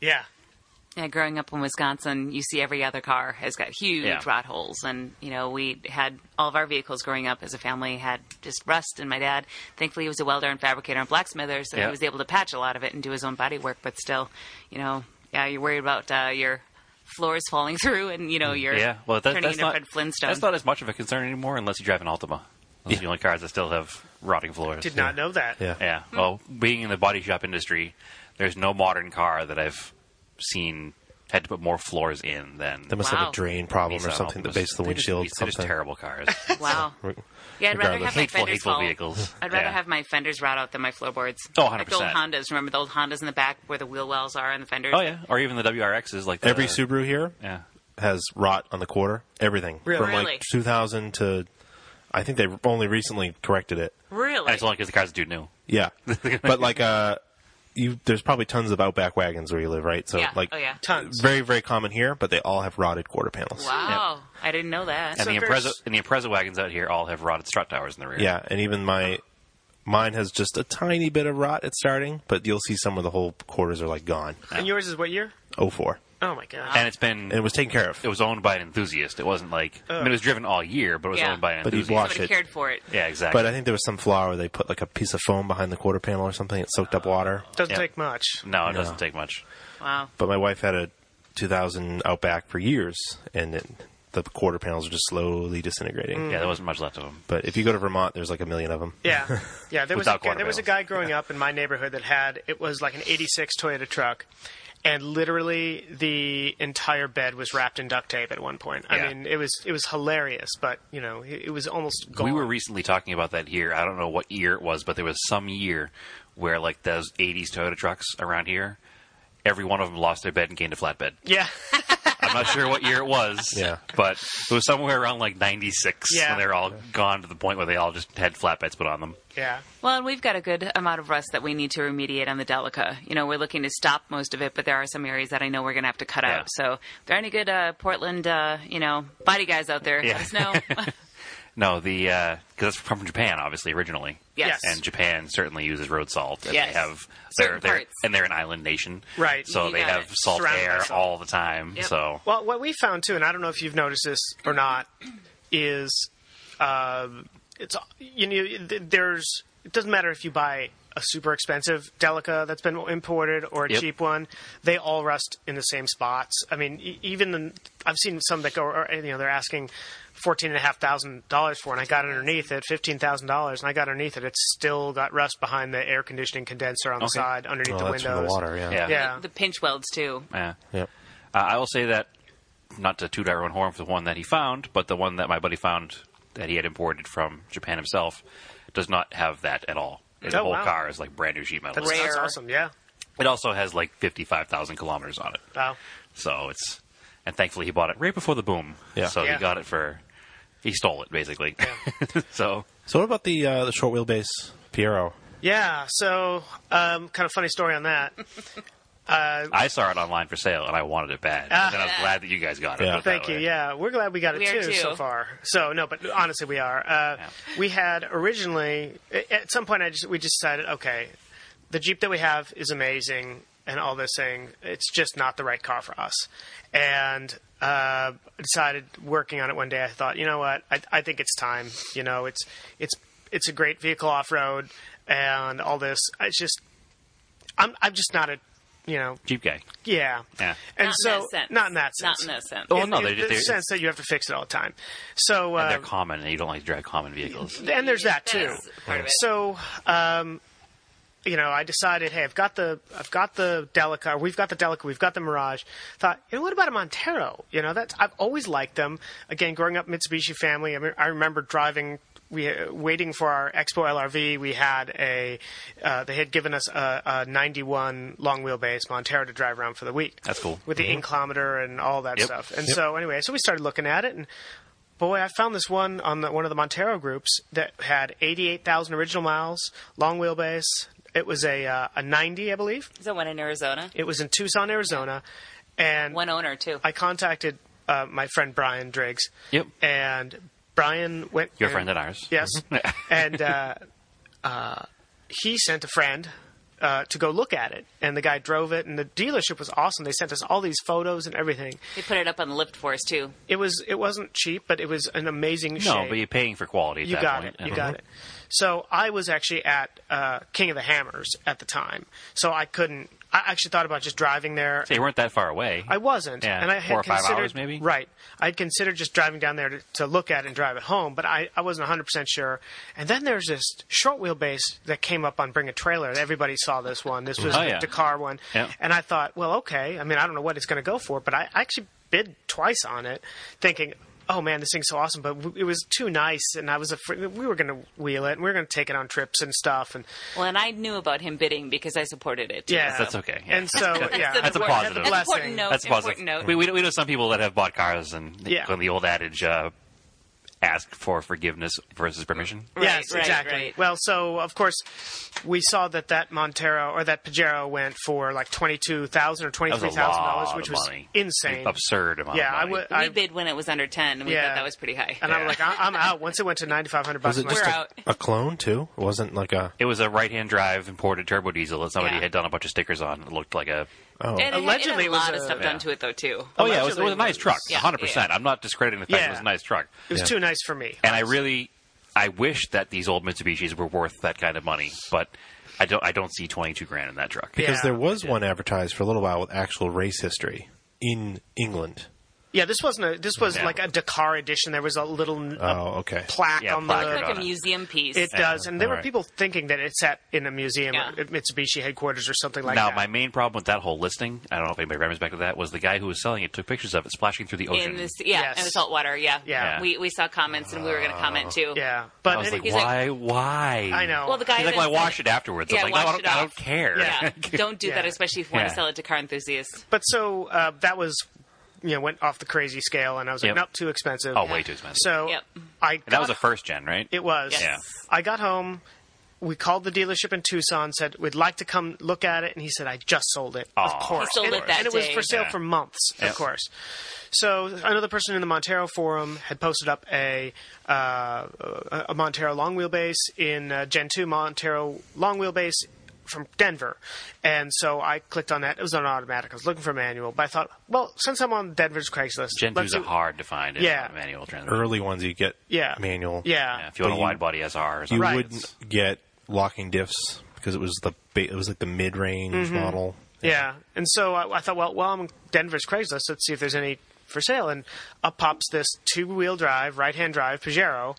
C: yeah,
D: Yeah, growing up in Wisconsin, you see every other car has got huge
B: Yeah.
D: rot holes, and you know we had all of our vehicles growing up as a family had just rust. And my dad, thankfully, he was a welder and fabricator and blacksmither, so
B: Yeah.
D: he was able to patch a lot of it and do his own body work. But still, you know, yeah, you're worried about uh, your floors falling through, and you know your
B: Yeah, well that,
D: turning
B: that's
D: into
B: not
D: Fred Flintstone.
B: that's not as much of a concern anymore unless you drive an Altima. Those are the only cars that still have rotting floors.
C: did not know that.
A: Yeah.
B: Yeah.
D: Hmm.
B: Well, being in the body shop industry, there's no modern car that I've seen had to put more floors in than
A: They must
D: Wow.
A: have a drain problem or
B: Nissan
A: something. The
B: Altimas.
A: base of the
B: They're just-
A: windshield.
B: They're just
A: something.
B: terrible cars.
D: wow. Yeah, I'd rather have
A: Regardless.
D: my
B: hateful,
D: fenders
B: hateful
D: fall.
B: vehicles.
D: I'd rather
B: Yeah.
D: have my fenders rot out than my floorboards.
B: Oh,
D: Like the old
B: 100%.
D: Hondas. Remember the old Hondas in the back where the wheel wells are and the fenders?
B: Oh yeah, or even the WRXs like the,
C: Uh,
A: Every Subaru here
B: Yeah.
A: has rot on the quarter. Everything.
C: Really?
A: From
D: Really?
A: like 2000 to, I think they only recently corrected it.
D: Really?
B: And it's only because the car's dude new.
A: Yeah. but like, uh, you, there's probably tons of Outback wagons where you live, right? So
D: Yeah.
A: like,
D: oh yeah.
C: Tons.
A: very, very common here, but they all have rotted quarter panels.
D: Wow, I didn't know that.
B: And
C: So
B: the
C: there's-
B: Impreza and the Impreza wagons out here all have rotted strut towers in the rear.
A: Yeah, and even my mine has just a tiny bit of rot at starting, but you'll see some of the whole quarters are like gone.
C: And yours is what year?
A: 04.
C: Oh my god.
B: And it's been
A: And it was taken care of.
B: it was owned by an enthusiast. It wasn't like I mean, it was driven all year, but it was
D: Yeah.
B: owned by an
A: But he
B: enthusiast.
A: watched
D: Somebody
A: it.
D: cared for it.
B: Yeah, exactly.
A: But uh, I think there was some flaw where they put like a piece of foam behind the quarter panel or something. It soaked up water.
C: Doesn't
B: yeah.
C: take much.
B: no, it
A: No.
B: doesn't take much.
D: Wow.
A: But my wife had a 2000 Outback for years, and it, the quarter panels are just slowly disintegrating.
B: Yeah, there wasn't much left of them.
A: But if you go to Vermont, there's like a million of them.
C: Mm. Yeah, yeah. There was a
B: Without
C: guy, there was a
B: guardrails.
C: guy growing up in my neighborhood that had it was like an '86 Toyota truck, and literally the entire bed was wrapped in duct tape at one point. I
B: Yeah.
C: mean, it was it was hilarious, but you know, it, it was almost gone.
B: We were recently talking about that here. I don't know what year it was, but there was some year where like those '80s Toyota trucks around here, every one of them lost their bed and gained a flatbed.
C: yeah,
B: I'm not sure what year it was.
A: Yeah.
B: But it was somewhere around like 96
C: Yeah.
B: when they were all gone to the point where they all just had flatbeds put on them.
C: yeah.
D: Well, and we've got a good amount of rust that we need to remediate on the Delica. You know, we're looking to stop most of it, but there are some areas that I know we're going to have to cut
B: Yeah.
D: out. So, if there are any good uh, Portland, uh, you know, body guys out there,
B: Yeah.
D: let us know.
B: No, the, because that's from Japan, obviously, originally.
D: yes.
C: Yes.
B: And Japan certainly uses road salt. And
D: Yes.
B: They have, they're,
D: Certain
B: they're,
D: parts.
B: and they're an island nation.
C: Right.
B: So
D: You
B: they
D: got
B: have
D: it.
B: salt
C: Surrounded by
B: air
C: salt.
B: all the time.
D: Yep.
B: So
C: Well, what we found too, and I don't know if you've noticed this or not, is um it's you know th- there's it doesn't matter if you buy a super expensive Delica that's been imported or a
B: Yep.
C: cheap one, they all rust in the same spots. I mean, e- even the, I've seen some that go, or, uh, you know, they're asking fourteen and a half thousand dollars for, and I got underneath it fifteen thousand dollars, and I got underneath it, it's still got rust behind the air conditioning condenser on the
B: Okay.
C: side underneath
A: Oh,
C: the
A: that's
C: windows.
A: from the water, yeah.
B: yeah.
C: Yeah.
D: The pinch welds, too.
B: Yeah.
A: Yep.
B: Uh, I will say that, not to toot our own horn for the one that he found, but the one that my buddy found that he had imported from Japan himself does not have that at all. and the
C: Oh,
B: whole
C: wow.
B: car is like brand new sheet metal.
C: That's,
D: Rare.
C: that's awesome. Yeah.
B: It also has like fifty five thousand kilometers on it.
C: Wow.
B: So it's and thankfully he bought it right before the boom.
A: Yeah.
B: So
C: Yeah.
B: he got it for he stole it basically. so
A: So what about the uh, the short wheelbase Piero?
C: Yeah. So, um, kind of funny story on that.
B: I saw it online for sale and I wanted it bad. and then I was glad that you guys got it.
A: Yeah.
B: Put it
C: Ah. Thank
B: that
C: you.
B: way.
C: Yeah, we're glad we got it
D: We are
C: too, so
D: too.
C: far. So no, but honestly, we are. Uh, We had originally a- at some point I just we just decided okay, the Jeep that we have is amazing and all this thing. It's just not the right car for us, and. Uh, decided working on it one day. I thought, you know what? I, I think it's time. You know, it's it's it's a great vehicle off road and all this. It's just, I'm I'm just not a, you know,
B: Jeep guy.
C: yeah.
B: Yeah.
C: And
D: Not in
C: so
D: that sense.
C: not in that sense.
D: Not
C: Oh,
D: in that sense.
B: Well, no,
C: In- in
B: they-
C: the
B: they-
C: sense that you have to fix it all the time. So
B: They're
C: uh,
B: common and you don't like to drive common vehicles.
C: and there's that
D: That
C: too.
D: is part of it.
C: So um, you know, I decided, hey, I've got the I've got the Delica, or we've got the Delica, we've got the Mirage. Thought, you know, what about a Montero? You know, that's I've always liked them. Again, growing up Mitsubishi family, I mean, I remember driving. We uh, waiting for our Expo LRV. We had a uh, they had given us a, a 91 long wheelbase Montero to drive around for the week.
B: That's cool.
C: With the inclometer and all that
B: Mm-hmm. Yep.
C: stuff. And so anyway, so we started looking at it and boy, I found this one on the, one of the Montero groups that had 88,000 original miles, long wheelbase. It was a uh, a 90, I believe.
D: Is that one in Arizona?
C: It was in Tucson, Arizona, and
D: One owner too.
C: I contacted uh, my friend Brian Driggs.
B: Yep.
C: And Brian went.
B: Your
C: and-
B: friend and ours.
C: Yes.
B: Mm-hmm.
C: and uh, uh, he sent a friend uh, to go look at it, and the guy drove it, and the dealership was awesome. They sent us all these photos and everything.
D: they put it up on the lift for us too.
C: It was it wasn't cheap, but it was an amazing
B: No,
C: shape.
B: but you're paying for quality at
C: You
B: that
C: got
B: point. Uh-huh.
C: it. You got it. So I was actually at uh, King of the Hammers at the time, so I couldn't. I actually thought about just driving there.
B: They weren't that far away.
C: I wasn't,
B: Yeah,
C: and I had
B: four or five
C: considered
B: hours maybe?
C: right. I'd considered just driving down there to, to look at it and drive it home, but I, I wasn't 100 percent sure. And then there's this short wheelbase that came up on Bring a Trailer. and Everybody saw this one. This was
B: Oh,
C: the
B: yeah.
C: Dakar one,
B: Yeah.
C: and I thought, well, okay. I mean, I don't know what it's going to go for, but I, I actually bid twice on it, thinking. Oh man, this thing's so awesome! But w- it was too nice, and I was afraid we were going to wheel it, and we were going to take it on trips and stuff. And
D: Well, and I knew about him bidding because I supported it. Too.
C: yeah,
B: That's okay, yeah.
C: And so, yeah,
B: That's a
D: important-
B: positive.
D: That's
C: Blessing.
D: important note.
B: That's
D: important
B: positive.
D: note.
B: We, we, know- we know some people that have bought cars and the-
C: Yeah.
B: on the old adage, uh, ask for forgiveness versus permission.
C: Yes,
D: Right, right,
C: exactly.
D: right.
C: Well, so of course, we saw that that Montero or that Pajero went for like twenty two thousand or twenty
B: That was
C: three
B: a
C: thousand
B: lot
C: dollars, which
B: of
C: was
B: money.
C: insane.
B: Absurd amount
C: Yeah, I
B: of money.
C: would.
D: We
C: I,
D: bid when it was under ten. and We
C: Yeah.
D: thought that was pretty high.
C: and I'm like, I- I'm out. Once it went to ninety five hundred bucks,
A: Was it
C: I'm like,
A: just
D: We're
A: a,
D: out.
A: a clone too? It wasn't like a
B: It was a right-hand drive imported turbo diesel that somebody
D: Yeah.
B: had done a bunch of stickers on. It looked like a
A: oh
D: and it had-
C: Allegedly it
D: it had a
C: was
D: lot of
C: a-
D: stuff
B: yeah.
D: done to it though too.
B: oh yeah, it was, it was a nice truck,
D: Yeah,
B: hundred percent. I'm not discrediting the fact it was
C: Yeah.
B: a nice truck,
C: it was
A: Yeah.
C: too nice for me.
B: and I really, I wish that these old Mitsubishis were worth that kind of money, but I don't. I don't see twenty-two grand in that truck.
C: Yeah.
A: because there was one advertised for a little while with actual race history in England.
C: yeah, this wasn't a. This was
B: Yeah. Uh,
C: like a Dakar edition. There was a little a
A: Oh okay.
C: plaque
B: Yeah,
C: on
B: plaque
C: the
B: on
D: like a museum piece.
C: It does, and there were
A: Alright.
C: people thinking that it's at in a museum
D: Yeah.
C: at Mitsubishi headquarters or something like
B: now,
C: that.
B: my main problem with that whole listing, I don't know if anybody remembers back to that, was the guy who was selling it took pictures of it splashing through the ocean.
D: in this, yeah,
C: Yes.
D: in the salt water, yeah,
C: Yeah. Oh.
D: We we saw comments and we were going to comment too.
C: yeah,
B: I
C: but
B: was like,
C: any-
D: He's like-
B: why? why?
C: I know.
D: Well, the guy
B: He's like,
D: that-
B: well, I wash it afterwards.
D: Yeah,
B: I was like, no, I
D: wash
B: don't,
D: it
B: I
D: off.
B: don't care.
D: Yeah, don't do that,
C: Yeah.
D: especially if you want
B: Yeah.
D: to sell it to car enthusiasts.
C: But so uh, that was, you know, went off the crazy scale, and I was like,
B: Yep.
C: nope, too expensive.
B: oh, way too expensive.
C: So
D: Yep.
C: I got,
B: and that was a first gen, right?
C: it was.
D: Yes. Yeah.
C: I got home. We called the dealership in Tucson, said we'd like to come look at it, and he said I just sold it. Of
B: Aw. He
C: course,
D: sold
C: and,
D: it that
C: and it was
D: day.
C: for sale
B: Yeah.
C: for months,
B: Yep.
C: of course. So another person in the Montero forum had posted up a uh, a a Montero long wheelbase in uh, Gen two Montero long wheelbase from Denver, and so I clicked on that. It was on automatic. I was looking for a manual, but I thought, well, since I'm on Denver's Craigslist,
B: Gen
C: let's
B: 2s are
C: do-
B: hard to find. in
C: Yeah.
B: a manual transmission.
A: Early ones you get
C: yeah
A: manual.
C: yeah,
B: Yeah, if you want
A: But
B: a
A: you-
B: wide body SR, or something.
A: You
C: Right.
A: wouldn't get locking diffs because it was the ba- it was like the mid range model.
C: Mm-hmm. Yeah, and so I, I thought, well, well, I'm in Denver's Craigslist. Let's see if there's any for sale. And up pops this two-wheel drive, right-hand drive Pajero,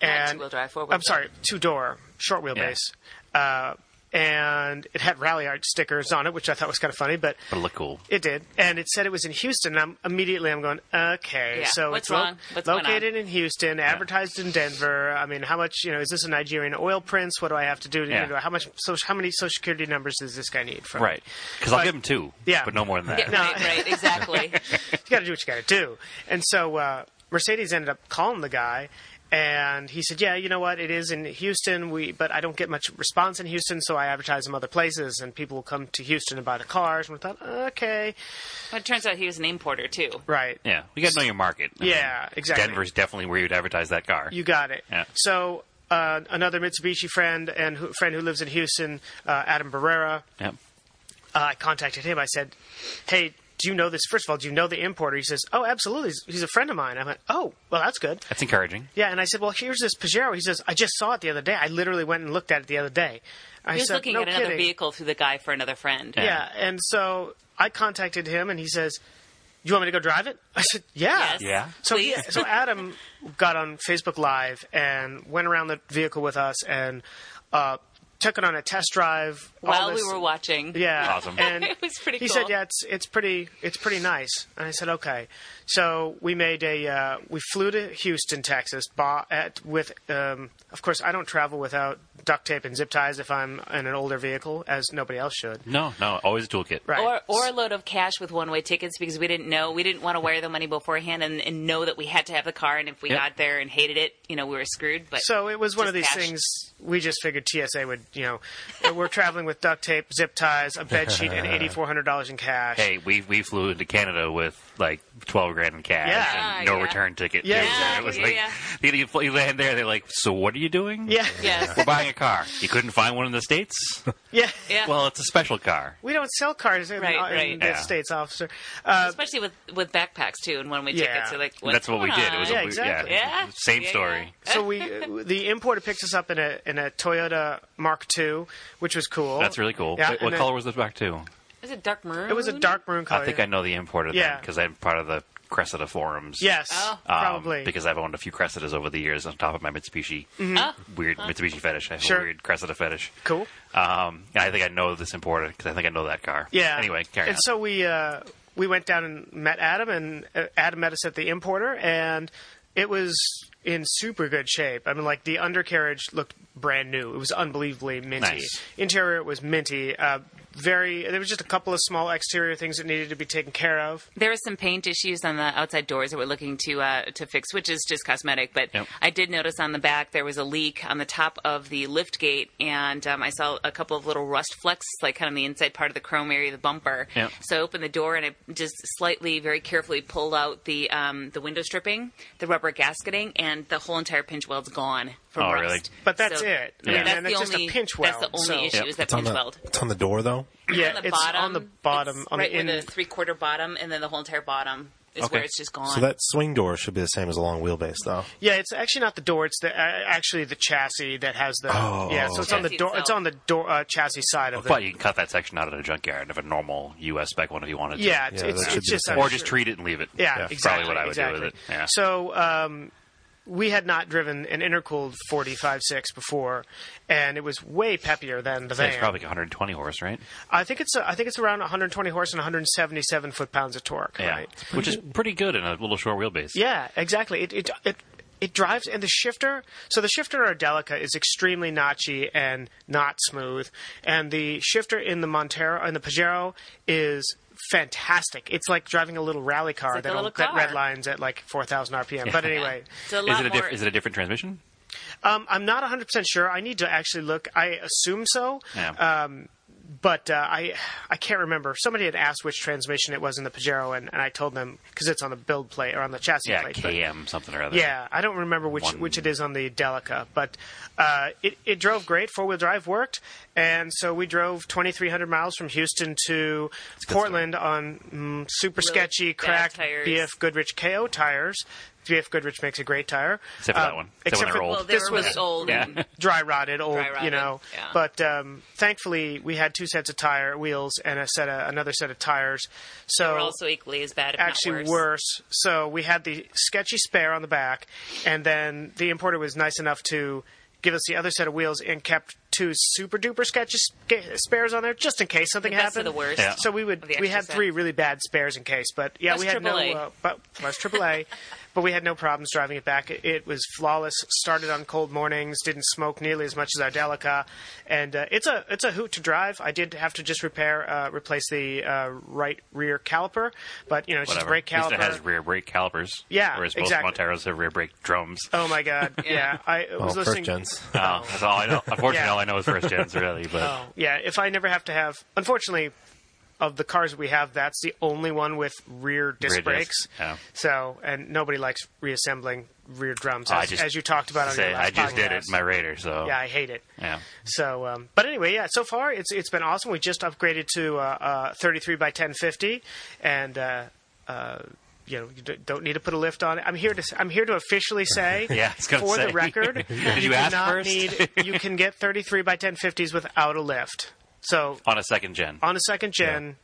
C: and
D: two-wheel drive, four-wheel
C: I'm
D: drive.
C: sorry, two-door, short wheelbase, uh, and it had rally art stickers on it, which I thought was kind of funny, but
B: But it looked cool.
C: it did, and it said it was in Houston. And I'm immediately I'm going, okay,
D: Yeah,
C: so
D: what's
C: it's lo-
D: wrong? What's going on?
C: located in Houston, advertised in Denver. I mean, how much you know? Is this a Nigerian oil prince? What do I have to do? To,
B: Yeah.
C: you know, how much? So how many social security numbers does this guy need from? me?
B: Right. Because I'll
C: But-
B: give him two.
C: Yeah.
B: But no more than that.
D: Yeah,
C: No.
D: Right, right, exactly.
C: you got to do what you got to do. And so uh, Mercedes ended up calling the guy, and he said, "Yeah, you know what? It is in Houston. We, but I don't get much response in Houston, so I advertise in other places, and people will come to Houston and buy the cars." And we thought, okay,
D: but it turns out he was an importer too.
C: right,
B: Yeah. You got to know your market. I
C: Yeah,
B: mean,
C: exactly.
B: Denver's definitely where you'd advertise that car.
C: you got it.
B: Yeah.
C: So. Uh, another Mitsubishi friend and who, friend who lives in Houston, uh, Adam Barrera,
B: Yep.
C: uh, I contacted him. I said, "Hey, do you know this? First of all, do you know the importer?" He says, "Oh, absolutely. He's, he's a friend of mine." I went, "Oh, well, that's good."
B: That's encouraging.
C: Yeah, and I said, "Well, here's this Pajero." He says, "I just saw it the other day. I literally went and looked at it the other day." I
D: He was
C: said,
D: looking
C: "No
D: at another
C: kidding."
D: vehicle through the guy for another friend.
C: Yeah. and so I contacted him, and he says, "You want me to go drive it?" I said, "Yeah."
D: Yes.
B: Yeah.
C: So
D: please.
C: yeah, so Adam got on Facebook Live and went around the vehicle with us and uh, took it on a test drive all
D: While we
C: this-
D: were watching.
C: Yeah,
B: Awesome.
C: And
D: It was pretty
C: He
D: cool.
C: said, "Yeah, it's it's pretty it's pretty nice." And I said, "Okay." So we made a uh, we flew to Houston, Texas, bought at, with um, of course I don't travel without duct tape and zip ties if I'm in an older vehicle, as nobody else should.
B: No, no. Always a toolkit.
C: Right.
D: Or, or a load of cash with one way tickets because we didn't know we didn't want to wear the money beforehand and, and know that we had to have the car and if we
B: Yep.
D: got there and hated it you know we were screwed but
C: So it was one
D: Just
C: of these
D: cash.
C: things we just figured TSA would, you know, we're traveling with duct tape, zip ties, a bed sheet, and eighty four hundred dollars in cash.
B: Hey, we we flew into Canada with like twelve grand in cash
C: Yeah.
B: and no
D: Ah, Yeah.
B: return ticket.
C: Yeah,
B: too.
C: yeah,
B: it was
D: yeah,
B: like
D: yeah.
B: You, you- you land there, they're like, "So what are you doing?
C: Yeah,
D: yes
B: we're buying a car. You couldn't find one in the states.
C: yeah.
D: yeah
B: well, it's a special car.
C: We don't sell cars in, uh,
D: Right,
C: in
D: right.
C: the
B: Yeah.
C: states, officer. Uh,
D: especially with with backpacks too and one way
C: Yeah.
D: tickets so like what's
B: That's what we
D: going
B: did. It was
D: on?
B: a
C: Yeah,
B: weird-
C: exactly.
D: Yeah.
B: Same
D: Yeah,
B: story.
C: so we the importer picks us up in a in a Toyota Mark II, which was cool.
B: That's really cool.
C: Yeah,
B: Wait, what
C: and
B: color was this back to?
D: is it dark maroon
C: It was a dark maroon color.
B: I think I know the importer
C: Yeah.
B: then because I'm part of the Cressida forums.
C: Yes,
D: Oh.
B: Um,
C: probably. Mm-hmm.
B: because I've owned a few Cressidas over the years on top of my Mitsubishi.
D: Oh.
B: Weird Mitsubishi fetish. I have
C: Sure.
B: a weird Cressida fetish.
C: cool.
B: Um, and I think I know this importer because I think I know that car.
C: Yeah.
B: Anyway, carry
C: and
B: on.
C: so we uh, we went down and met Adam, and uh, Adam met us at the importer, and it was in super good shape. I mean, like the undercarriage looked brand new. It was unbelievably minty.
B: Nice.
C: Interior was minty. Uh, very. There was just a couple of small exterior things that needed to be taken care of.
D: There was some paint issues on the outside doors that we're looking to uh, to fix, which is just cosmetic. But
B: Yep.
D: I did notice on the back there was a leak on the top of the lift gate, and um, I saw a couple of little rust flecks, like kind of the inside part of the chrome area, of the bumper.
B: Yep.
D: So I opened the door and I just slightly, very carefully pulled out the um, the window stripping, the rubber gasketing, and the whole entire pinch weld's gone from
B: Oh,
D: rust.
B: really?
C: But that's
D: So-
C: it.
D: I mean,
B: Yeah.
D: that's
C: And
D: the
C: it's just a
D: only
C: pinch
D: That's the
C: weld,
D: only
C: so-
D: issue
B: Yep.
D: is that
A: It's on
D: pinch
A: the,
D: weld.
A: it's on the door, though.
C: Yeah,
D: on the
C: it's
D: bottom,
C: on the bottom,
D: it's
C: on
D: right
C: the in.
D: where the three quarter bottom, and then the whole entire bottom is
B: Okay.
D: where it's just gone.
A: So that swing door should be the same as a long wheelbase, though.
C: Yeah, it's actually not the door. It's the uh, actually the chassis that has the.
A: Oh.
C: yeah, so it's on the
D: Chassis
C: door. It's
D: itself.
C: on the door uh, chassis side of
B: But
C: the.
B: you can cut that section out at a junkyard and have a normal US spec one if you wanted to.
C: Yeah, it's,
A: Yeah,
C: it's,
A: that should
C: it's
A: be the
C: just
A: same.
B: Or just treat it and leave it.
C: Yeah,
B: That's
C: exactly.
B: Probably what I would
C: exactly.
B: do with it. Yeah.
C: So um, we had not driven an intercooled 45.6 before, and it was way peppier than the
B: Yeah, it's
C: van.
B: probably like 120 horse, right?
C: I think it's uh, I think it's around 120 horse and 177 foot pounds of torque. Right.
B: Yeah. Which is pretty good in a little short wheelbase.
C: Yeah, exactly. It it it it drives and the shifter. So the shifter in our Delica is extremely notchy and not smooth, and the shifter in the Montero and the Pajero is fantastic. It's like driving a little rally car
D: like a
C: that
D: little
C: that
D: car.
C: red lines at like 4,000 RPM. But anyway,
D: it's a
B: Is
D: lot
B: it a
D: more.
B: diff- is it a different transmission?
C: um, I'm not 100 percent sure. I need to actually look. I assume so.
B: Yeah.
C: Um, but uh, I I can't remember. Somebody had asked which transmission it was in the Pajero, and, and I told them because it's on the build plate or on the chassis
B: yeah,
C: plate. but-
B: KM something or other.
C: yeah, I don't remember which
B: One-
C: which it is on the Delica, but uh, it it drove great. Four wheel drive worked, and so we drove 2,300 miles from Houston to Portland on mm, super sketchy,
D: bad
C: cracked
D: tires.
C: BF Goodrich KO tires. BF Goodrich makes a great tire,
B: Except for that one. Except when they're
C: Um, except for
B: old.
D: well, they
C: this
D: were really
C: was
D: old.
B: Yeah.
D: And,
C: dry rotted, old,
D: Dry-rotted,
C: you know.
D: yeah.
C: But um, thankfully, we had two sets of tire wheels and a set of, another set of tires. So
D: were also equally as bad, if
C: actually
D: not
C: worse. So we had the sketchy spare on the back, and then the importer was nice enough to give us the other set of wheels and kept two super duper sketchy sca- spares on there just in case something
D: The best of
C: happened.
D: the worst. Yeah.
C: So we would
D: Of the
C: we had
D: extra
C: three
D: set.
C: really bad spares in case, but yeah,
D: Plus
C: we had no
D: AAA.
C: uh, but plus AAA, but we had no problems driving it back. It, it was flawless. Started on cold mornings. Didn't smoke nearly as much as our Delica, and uh, it's a it's a hoot to drive. I did have to just repair uh, replace the uh, right rear caliper, but you know it's
B: Whatever.
C: just brake
B: At
C: caliper.
B: least it has rear brake calipers.
C: Yeah,
B: Whereas most
C: exactly.
B: Monteros have rear brake drums.
C: Oh my god! Yeah, I was
A: Well, first
C: listening.
A: gens.
B: Oh, that's all I know. Unfortunately,
C: Yeah.
B: all I know is first gens, really. But
C: Oh, yeah, if I never have to have, unfortunately, of the cars we have, that's the only one with rear disc
B: Rear disc,
C: brakes.
B: yeah.
C: So, and nobody likes reassembling rear drums,
B: Oh, I
C: as,
B: just-
C: as you talked about on
B: say,
C: your last
B: I just did it
C: podcast.
B: in my Raider, so
C: yeah, I hate it.
B: yeah.
C: So, um, but anyway, yeah. So far, it's it's been awesome. We just upgraded to uh, uh, 33 by 1050, and uh, uh, you know, you d- don't need to put a lift on it. I'm here to s- I'm here to officially say,
B: Yeah, I was gonna
C: for
B: say.
C: the record,
B: Did you
C: do
B: ask
C: not
B: first?
C: need you can get 33 by 1050s without a lift. So
B: On a second gen.
C: on a second gen.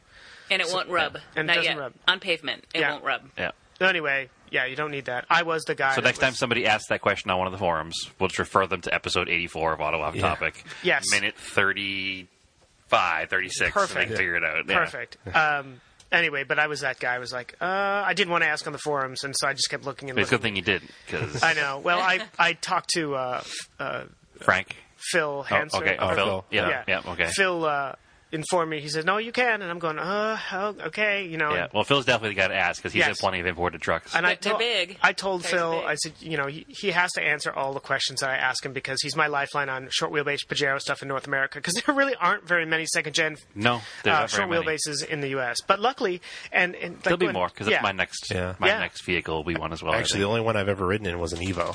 D: and it won't rub.
C: And it
D: Not
C: doesn't
D: yet.
C: rub.
D: On pavement, it
C: Yeah.
D: won't rub.
B: yeah.
C: Anyway, yeah, you don't need that. I was the guy.
B: So
C: that
B: next time
C: was-
B: somebody asks that question on one of the forums, we'll just refer them to episode 84 of Auto Off Topic.
C: Yes.
B: Minute 35, 36. And they
C: Perfect.
B: can figure it out. Yeah.
C: Perfect. Um, anyway, but I was that guy. I was like, uh, I didn't want to ask on the forums, and so I just kept looking and
B: It's a
C: looking.
B: good thing you did, because
C: I know. Well, I I talked to uh, f- uh,
B: Frank.
C: Phil
B: Oh,
C: Hansen.
B: okay.
A: Oh,
B: Oh,
A: Phil.
B: Phil. Yeah. Yeah. Okay.
C: Phil uh, informed me. He said, "No, you can," and I'm going, "Uh, oh, okay." You know.
B: Yeah. Well, Phil's definitely got to ask because he's
C: Yes.
B: had plenty of imported trucks.
C: and I
D: They're
C: told,
D: big.
C: I told
D: They're
C: Phil,
D: big.
C: I said, you know, he, he has to answer all the questions that I ask him because he's my lifeline on short wheelbase Pajero stuff in North America because there really aren't very many second gen
B: no, there's
C: uh,
B: not very
C: short
B: many.
C: wheelbases in the U.S. But luckily, and, and like
B: There'll be
C: when-
B: more because
C: yeah.
B: that's my next
A: Yeah.
B: my
C: Yeah.
B: next vehicle we want as well. I
A: Actually, the
B: think.
A: only one I've ever ridden in was an Evo.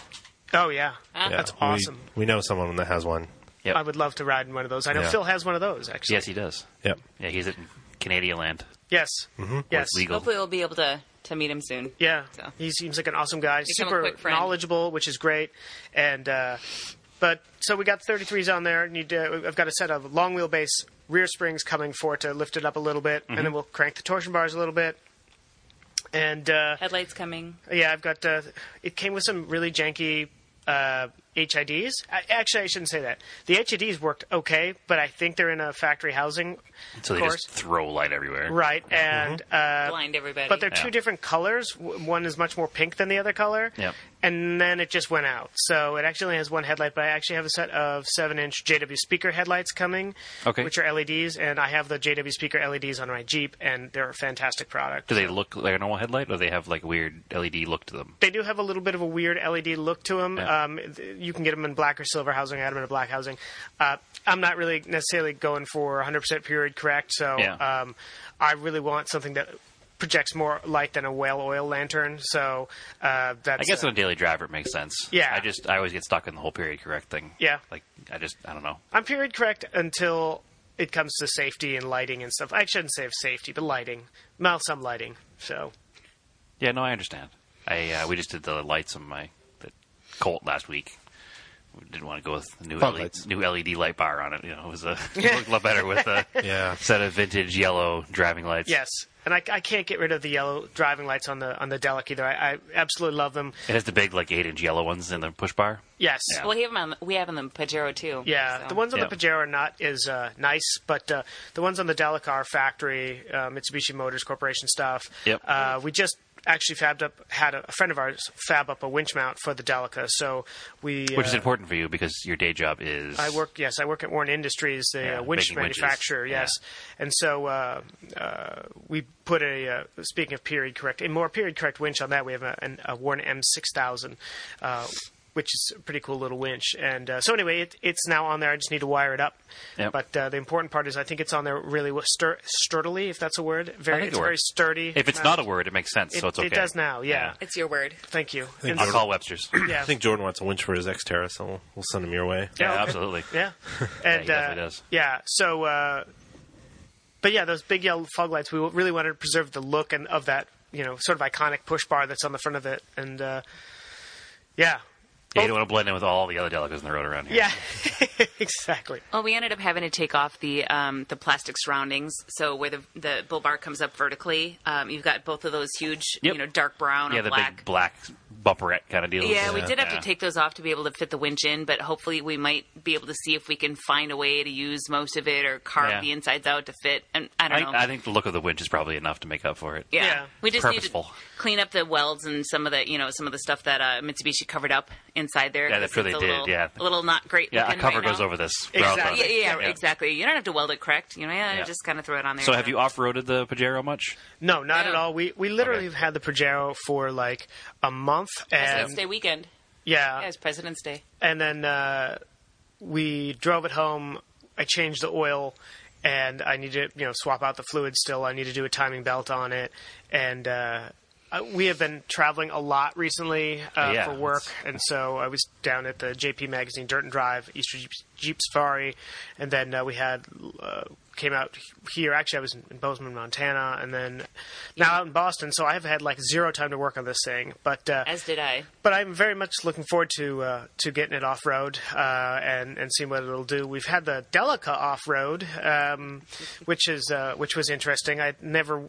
C: Oh yeah,
D: Ah.
A: Yeah,
C: that's
A: we-
C: awesome.
A: We, know someone that has one.
B: Yep.
C: I would love to ride in one of those. I know
A: Yeah.
C: Phil has one of those actually.
B: yes, he does.
A: Yep.
B: Yeah, he's in Canadian land.
C: Yes. Yes.
B: Mm-hmm. Legal.
D: Hopefully, we'll be able to, to meet him soon.
C: Yeah,
D: So.
C: he seems like an awesome guy,
D: Become a
C: super
D: quick friend.
C: knowledgeable, which is great. And uh, but so we got 33s on there, and you do, I've got a set of long wheelbase rear springs coming for it to lift it up a little bit, and then we'll crank the torsion bars a little bit. And uh,
D: Headlights coming.
C: yeah, I've got. Uh, it came with some really janky uh, HIDs. I, actually, I shouldn't say that. The HIDs worked okay, but I think they're in a factory housing,
B: So
C: of
B: they
C: course,
B: just throw light everywhere.
C: right? And uh,
D: Blind everybody.
C: but they're
B: Yeah.
C: two different colors. W- One is much more pink than the other color.
B: Yep.
C: And then it just went out. So it actually only has one headlight, but I actually have a set of 7 inch JW speaker headlights coming,
B: Okay.
C: which are LEDs. And I have the JW speaker LEDs on my Jeep, and they're a fantastic product.
B: Do they look like a normal headlight, or do they have like weird LED look to them?
C: They do have a little bit of a weird LED look to them.
B: Yeah.
C: Um, th- you can get them in black or silver housing. I had them in a black housing. Uh, I'm not really necessarily going for 100% period correct, so
B: Yeah.
C: um, I really want something that projects more light than a whale oil lantern. So uh, that's
B: I guess
C: uh,
B: on a daily driver it makes sense.
C: Yeah.
B: I just I always get stuck in the whole period correct thing.
C: Yeah.
B: Like I just I don't know.
C: I'm period correct until it comes to safety and lighting and stuff. I shouldn't say safety, but lighting. Well, some lighting. So
B: Yeah, no, I understand. I uh, we just did the lights on my the Colt last week. We didn't want to go with the new
A: Fog
B: LED,
A: lights.
B: new LED light bar on it. You know, it was a it looked a lot better with a
A: Yeah.
B: set of vintage yellow driving lights.
C: yes, and I, I can't get rid of the yellow driving lights on the on the Delic either. I, I absolutely love them.
B: It has the big like eight inch yellow ones in the push bar.
C: Yes.
B: Yeah.
D: Well, we have them on, we have them on the Pajero too.
C: Yeah,
D: so.
C: the ones on
B: Yeah.
C: the Pajero are not as uh, nice, but uh, the ones on the Delicar factory, uh, Mitsubishi Motors Corporation stuff.
B: Yep.
C: Uh, we just actually fabbed up had a, a friend of ours fab up a winch mount for the Delica, so we
B: Which is
C: uh,
B: important for you because your day job is
C: I work. Yes, I work at Warren Industries, the
B: Yeah,
C: uh, winch
B: making winches.
C: manufacturer.
B: Yeah.
C: Yes, and so uh, uh, we put a uh, speaking of period correct, a more period correct winch on that. We have a, an, a Warren M six thousand. Uh, which is a pretty cool little winch, and uh, so anyway, it, it's now on there. I just need to wire it up.
B: Yep.
C: But uh, the important part is, I think it's on there really wa- stur- sturdily, if that's a word.
B: I
C: Very,
B: think
C: it's
B: it
C: very
B: works.
C: sturdy.
B: If it's not a word, it makes sense,
C: it,
B: so it's okay.
C: it does now. Yeah,
D: It's your word.
C: thank you.
A: think
B: I'll
A: so.
B: call Webster's.
C: yeah,
A: I think Jordan wants a winch for his Xterra, so we'll, we'll send him your way.
B: Yeah,
C: okay.
B: absolutely.
C: Yeah, and
B: he definitely
C: uh,
B: does.
C: yeah, so uh, but yeah, those big yellow fog lights. We really wanted to preserve the look and of that you know sort of iconic push bar that's on the front of it, and uh, yeah,
B: Yeah, you don't want to blend in with all the other delicas in the road around here.
C: Yeah, exactly.
D: Well, we ended up having to take off the um, the plastic surroundings. So where the the bull bar comes up vertically, um, you've got both of those huge,
B: Yep.
D: you know, dark brown
B: Yeah,
D: or
B: the
D: black.
B: big black bumperette kind of deal.
D: yeah, we did have
B: Yeah.
D: to take those off to be able to fit the winch in, but hopefully we might be able to see if we can find a way to use most of it or carve
B: Yeah.
D: the insides out to fit. And I
B: I
D: don't
B: think,
D: know.
B: I think the look of the winch is probably enough to make up for it.
D: yeah.
C: Yeah.
D: we just need
B: Purposeful.
D: to clean up the welds and some of the you know some of the stuff that uh, Mitsubishi covered up inside there.
B: Yeah, that's
D: 'cause
B: what
D: it's
B: they
D: a
B: did,
D: Little,
B: yeah.
D: a little not great.
B: Yeah, a
D: looking
B: cover
D: right
B: goes
D: now.
B: over this.
C: Exactly.
D: Yeah, yeah,
B: Yeah.
D: exactly. You don't have to weld it correct. You know, yeah,
B: Yeah.
D: just kind of throw it on there.
B: So have you off-roaded the Pajero much?
C: No, not
D: Yeah.
C: at all. We we literally
B: Okay.
C: have had the Pajero for like a month, and
D: President's Uh, Day weekend.
C: yeah,
D: Yeah, it's President's Day.
C: and then uh, we drove it home. I changed the oil, and I need to you know swap out the fluid. Still, I need to do a timing belt on it, and uh, I- we have been traveling a lot recently uh,
B: Yeah,
C: for work,
B: that's-
C: and so I was down at the JP Magazine Dirt and Drive Easter Jeep, Jeep Safari, and then uh, we had. Uh, Came out here. Actually, I was in in Bozeman, Montana, and then now out in Boston. So I have had like zero time to work on this thing. But uh,
D: As did I.
C: but I'm very much looking forward to uh, to getting it off road uh, and and seeing what it'll do. We've had the Delica off road, um, which is uh, which was interesting. I never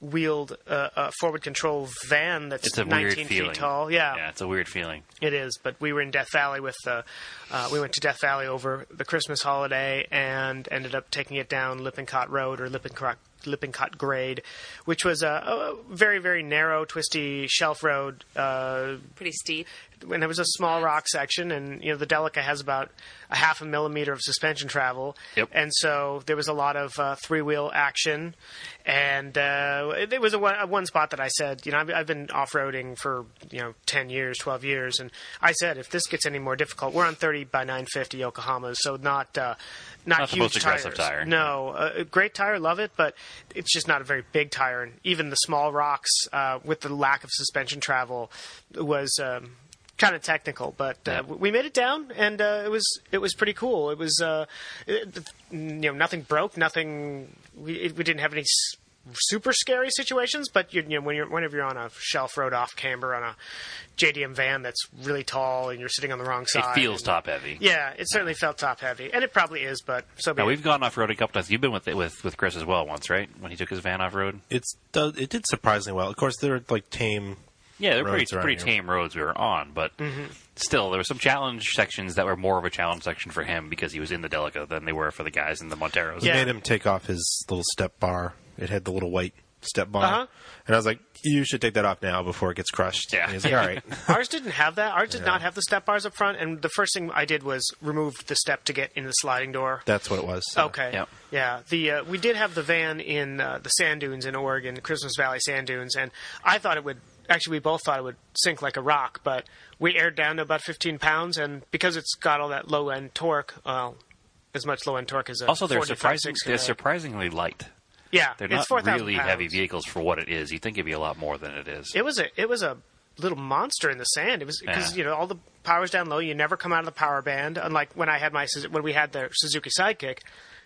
C: wheeled a, a forward control van that's
B: It's a
C: 19
B: weird
C: feet
B: feeling.
C: tall. Yeah,
B: Yeah, it's a weird feeling.
C: it is. But we were in Death Valley with uh, uh, we went to Death Valley over the Christmas holiday and ended up taking it down Lippincott Road or Lippincott. Lippincott Grade, which was a, a very, very narrow, twisty shelf road, uh,
D: Pretty steep.
C: and there was a small rock section, and you know the Delica has about a half a millimeter of suspension travel,
B: Yep.
C: and so there was a lot of uh, three wheel action, and uh, it, it was a one, a one spot that I said, you know, I've, I've been off roading for you know ten years, twelve years, and I said if this gets any more difficult, we're on thirty by nine fifty Yokohamas, so not uh, not,
B: Not the
C: huge
B: most aggressive
C: tires.
B: tire.
C: No, a a great tire, love it, but it's just not a very big tire, and even the small rocks uh, with the lack of suspension travel was. Um, Kind of technical, but uh,
B: Yeah.
C: w- we made it down, and uh, it was it was pretty cool. It was uh, it, you know nothing broke, nothing. We it, we didn't have any s- super scary situations, but you, you know when you're whenever you're on a shelf road off camber on a JDM van that's really tall and you're sitting on the wrong
B: It
C: side,
B: feels
C: and-
B: top heavy.
C: Yeah, it certainly felt top heavy, and it probably is, but so be
B: Now
C: it.
B: we've gone off-road a couple times. You've been with with with Chris as well once, right? When he took his van off-road.
A: It's does- it did surprisingly well. Of course, they're like tame.
B: Yeah, they're
A: Roads
B: pretty
A: around
B: pretty
A: here.
B: tame roads we were on, but
C: Mm-hmm.
B: still there were some challenge sections that were more of a challenge section for him because he was in the Delica than they were for the guys in the Monteros.
C: Yeah.
A: Made him take off his little step bar. It had the little white step bar,
C: Uh-huh.
A: and I was like, "You should take that off now before it gets crushed."
B: Yeah.
A: And he's like, "All right."
C: Ours didn't have that. Ours did not have the step bars up front, and the first thing I did was removed the step to get into the sliding door.
A: That's what it was. So.
C: Okay.
B: Yep.
C: Yeah. The uh, we did have the van in uh, the sand dunes in Oregon, Christmas Valley sand dunes, and I thought it would. Actually, we both thought it would sink like a rock, but we aired down to about 15 pounds, and because it's got all that low end torque, well, as much low end torque as a
B: Also, they're
C: 45,
B: surprising,
C: 60
B: they're
C: mag.
B: surprisingly light.
C: yeah,
B: They're
C: it's
B: not
C: 4,000
B: really
C: pounds.
B: heavy vehicles for what it is. You'd think it'd be a lot more than it is.
C: It was a it was a little monster in the sand. It was because
B: Yeah.
C: you know all the power's down low. You never come out of the power band. Unlike when I had my Suzu- when we had the Suzuki Sidekick,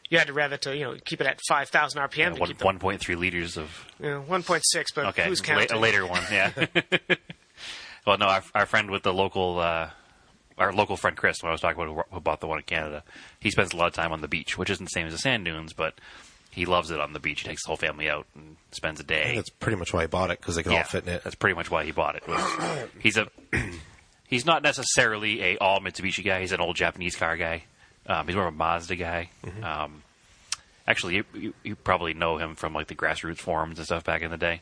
C: you had to rev it to you know keep it at five thousand RPM to
B: One-
C: keep the
B: 1.3 liters of
C: you know, one point six. But
B: Okay,
C: who's
B: la-
C: counting?
B: a later one. Yeah. well, no, our, our friend with the local, uh, our local friend Chris, when I was talking about who bought the one in Canada, he spends a lot of time on the beach, which isn't the same as the sand dunes, but he loves it on the beach. He takes the whole family out and spends a day.
A: That's pretty much why he bought it because they could
B: Yeah,
A: all fit in it.
B: That's pretty much why he bought it. was- he's a he's not necessarily a all Mitsubishi guy. He's an old Japanese car guy. Um, he's more of a Mazda guy.
A: Mm-hmm.
B: Um, actually, you, you, you probably know him from like the grassroots forums and stuff back in the day.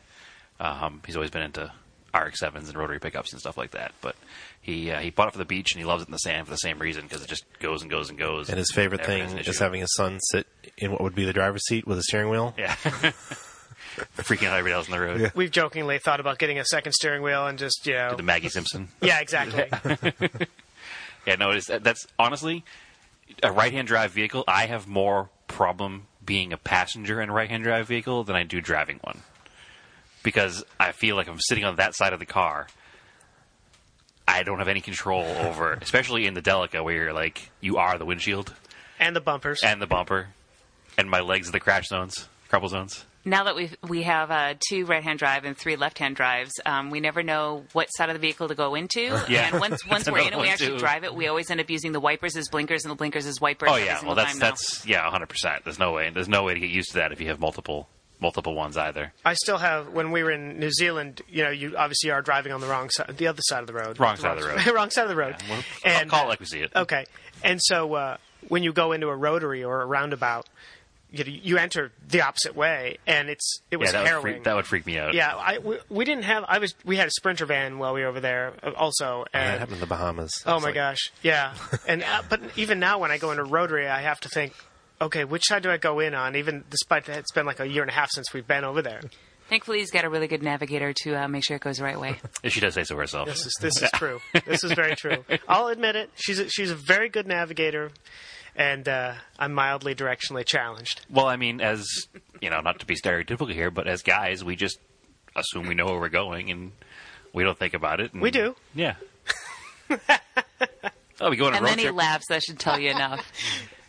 B: Um, he's always been into RX-7s and rotary pickups and stuff like that. But he uh, he bought it for the beach and he loves it in the sand for the same reason because it just goes and goes and goes.
A: And his favorite
B: Never
A: thing
B: has an
A: is
B: issue.
A: having his son sit in what would be the driver's seat with a steering wheel.
B: yeah. Freaking out everybody else on the road.
A: Yeah.
C: We've jokingly thought about getting a second steering wheel and just you know.
B: The Maggie Simpson.
C: Yeah, exactly.
B: Yeah, no, it's, that's honestly a right-hand drive vehicle. I have more problem being a passenger in a right-hand drive vehicle than I do driving one because I feel like I'm sitting on that side of the car. I don't have any control over, especially in the Delica, where you're like you are the windshield
C: and the bumpers.
B: and the bumper, and my legs are the crash zones, crumple zones.
D: now that we we have uh, two right-hand drive and three left-hand drives, um, we never know what side of the vehicle to go into.
B: Yeah.
D: And once once
B: That's
D: we're in it,
B: another
D: we
B: one,
D: actually
B: too.
D: drive it. We always end up using the wipers as blinkers and the blinkers as wipers.
B: Oh
D: every
B: yeah, well
D: single
B: that's
D: time now.
B: that's yeah, 100. percent There's no way there's no way to get used to that if you have multiple multiple ones either.
C: I still have when we were in New Zealand. You know, you obviously are driving on the wrong side, the other side of the road,
B: Wrong side of the road.
C: wrong side of the road.
B: Well,
C: and uh,
B: call it like we see it.
C: okay, and so uh, when you go into a rotary or a roundabout, you, you enter the opposite way, and it's it
B: yeah,
C: was
B: that would,
C: harrowing.
B: freak, that would freak me out.
C: yeah, I, we, we didn't have. I was we had a sprinter van while we were over there, uh,
B: Oh,
C: also.
A: Yeah, it
C: And,
A: happened in the Bahamas.
C: Oh
A: It's
C: my
A: like,
C: gosh, yeah. And uh, but even now, when I go into Rotary, I have to think, okay, which side do I go in on? Even despite that, it's been like a year and a half since we've been over there.
D: Thankfully, he's got a really good navigator to uh, make sure it goes the right way.
B: If she does say so herself.
C: This is this is true. This is very true. I'll admit it. She's a, she's a very good navigator, and uh, I'm mildly directionally challenged.
B: Well, I mean, as you know, not to be stereotypical here, but as guys, we just assume we know where we're going and we don't think about it. and-
C: We do.
B: Yeah. oh, we go on a
D: and
B: road
D: then he
B: trip.
D: laughs. That should tell you enough.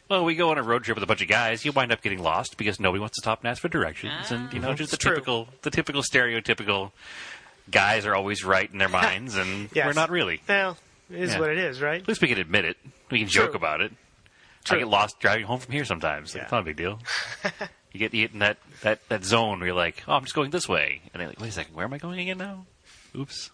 B: well, we go on a road trip with a bunch of guys. You wind up getting lost because nobody wants to stop and ask for directions,
D: Ah.
B: and you know, just the
C: It's true.
B: typical, the typical stereotypical. Guys are always right in their minds, and
C: Yes.
B: we're not really.
C: Well, it is
B: Yeah.
C: what it is, right?
B: At least we can admit it. We can joke
C: True.
B: about it.
C: True.
B: I get lost driving home from here sometimes. Like,
C: Yeah.
B: It's not a big deal. you get you get in that, that, that zone where you're like, oh, I'm just going this way, and then like, wait a second, where am I going again now? Oops.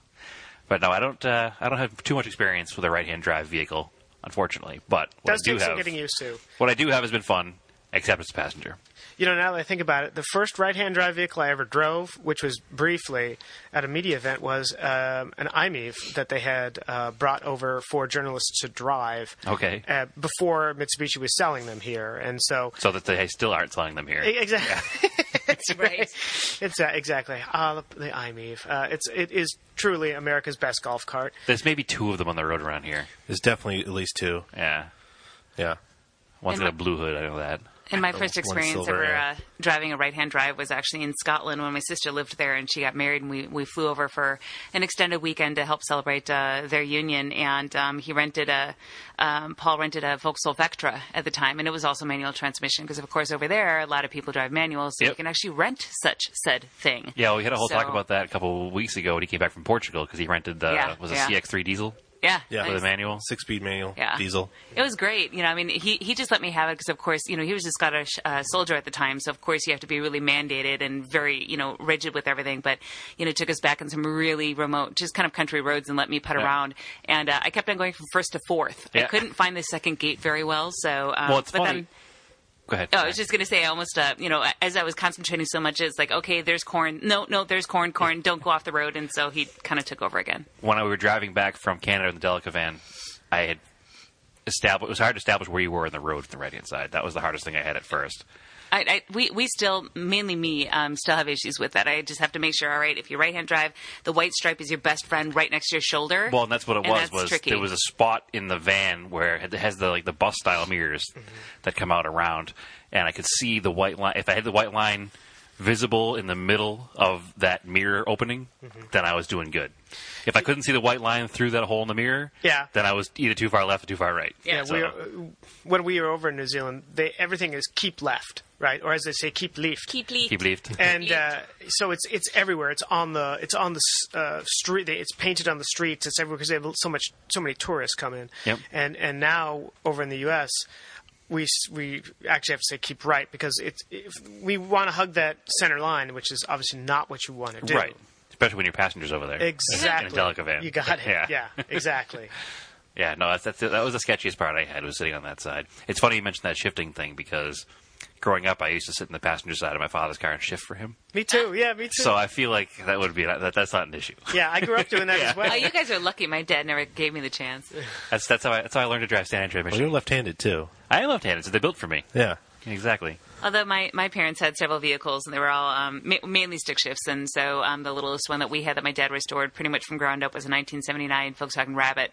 B: But no, I don't. Uh, I don't have too much experience with a right-hand drive vehicle, unfortunately. But what
C: Does
B: I do
C: take some
B: have,
C: getting used to.
B: what I do have has been fun, except as a passenger.
C: You know, now that I think about it, the first right-hand drive vehicle I ever drove, which was briefly at a media event, was um, an IMEV that they had uh, brought over for journalists to drive.
B: Okay.
C: Uh, before Mitsubishi was selling them here, and so
B: So that they still aren't selling them here.
C: exactly, it's
D: Right.
C: It's uh, exactly uh, the, the IMEV. Uh, it's it is truly America's best golf cart.
B: There's maybe two of them on the road around here.
A: There's definitely at least two.
B: Yeah.
A: Yeah.
B: One's
D: And
B: got a blue hood. I know that.
D: And my first
A: one
D: experience
A: silver,
D: ever
A: yeah.
D: uh, driving a right-hand drive was actually in Scotland when my sister lived there and she got married and we, we flew over for an extended weekend to help celebrate uh, their union and um, he rented a um, Paul rented a Vauxhall Vectra at the time and it was also manual transmission because of course over there a lot of people drive manuals so you
B: Yep.
D: can actually rent such said thing.
B: Yeah, we had a whole talk
D: So-
B: about that a couple of weeks ago when he came back from Portugal because he rented the
D: Yeah,
B: was a
D: yeah.
B: CX3 diesel
D: Yeah.
A: Yeah.
B: for the
D: Nice.
B: manual.
A: Six speed manual,
D: Yeah.
A: diesel.
D: It was great. You know, I mean, he, he just let me have it because, of course, you know, he was a Scottish uh, soldier at the time. So, of course, you have to be really mandated and very, you know, rigid with everything. But, you know, took us back in some really remote, just kind of country roads and let me put around. And uh, I kept on going from first to fourth. I
B: Yeah.
D: couldn't find the second gate very well. So, um,
B: Well, it's
D: but
B: funny.
D: then.
B: Go ahead.
D: Oh, I was just gonna say, I almost, uh, you know, as I was concentrating so much, it's like, okay, there's corn. No, no, there's corn, corn. Don't go off the road. And so he kind of took over again.
B: when I we were driving back from Canada in the Delica van, I had established. It was hard to establish where you were on the road from the right hand side. That was the hardest thing I had at first.
D: I, I, we, we still, mainly me, um, still have issues with that. I just have to make sure, all right, if you right hand drive, the white stripe is your best friend right next to your shoulder.
B: Well, and that's what it
D: And
B: was.
D: that's
B: was
D: tricky.
B: there was a spot in the van where it has the like the bus style mirrors
C: Mm-hmm.
B: that come out around, and I could see the white line. If I had the white line visible in the middle of that mirror opening,
C: Mm-hmm.
B: then I was doing good. If I couldn't see the white line through that hole in the mirror,
C: Yeah.
B: then I was either too far left or too far right.
D: Yeah,
C: Yeah,
B: So-
C: we are, when we were over in New Zealand, they, everything is keep left, right, or as they say, keep left.
D: keep leaf.
B: keep left.
C: and uh, so it's it's everywhere. It's on the it's on the s- uh, street. they- It's painted on the streets. It's everywhere because they have so much so many tourists come in.
B: Yep.
C: And and now over in the U.S. We, s- we actually have to say keep right because it's if we want to hug that center line, which is obviously not what you want to do.
B: Right. Especially when your passenger's over there. In
C: Exactly.
B: a Delica van.
C: You got it.
B: Yeah.
C: yeah exactly.
B: Yeah, no, that's, that's, that was the sketchiest part I had was sitting on that side. It's funny you mentioned that shifting thing because growing up, I used to sit in the passenger side of my father's car and shift for him.
C: Me too. Yeah, me too.
B: So I feel like that would be that, that's not an issue.
C: yeah, I grew up doing that as well.
D: Oh, you guys are lucky. My dad never gave me the chance.
B: That's that's how I, that's how I learned to drive standard
A: Well,
B: transmission.
A: you're left handed too.
B: I am left-handed, so they built for me.
A: Yeah.
B: Exactly.
D: Although my, my parents had several vehicles and they were all um, ma- mainly stick shifts. And so um, the littlest one that we had that my dad restored pretty much from ground up was a 1979 Volkswagen Rabbit.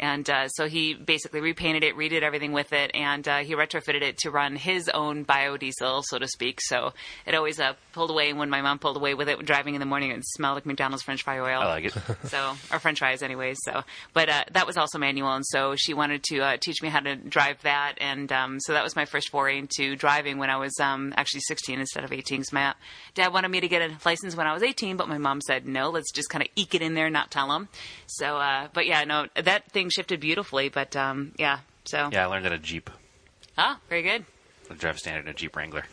D: And uh, so he basically repainted it, redid everything with it, and uh, he retrofitted it to run his own biodiesel, so to speak. So it always uh, pulled away. And when my mom pulled away with it driving in the morning, it smelled like McDonald's French fry oil
B: I like it.
D: so or french fries anyways so but uh, that was also manual and so she wanted to uh, teach me how to drive that and um, so that was my first foray into driving when i was um, actually 16 instead of 18 because my dad wanted me to get a license when I was 18, but my mom said no. Let's just kind of eke it in there, and not tell him. So, uh, but yeah, no, that thing shifted beautifully. But um, yeah, so
B: Yeah, I learned that a Jeep.
D: ah, very good.
B: I drive standard in a Jeep Wrangler.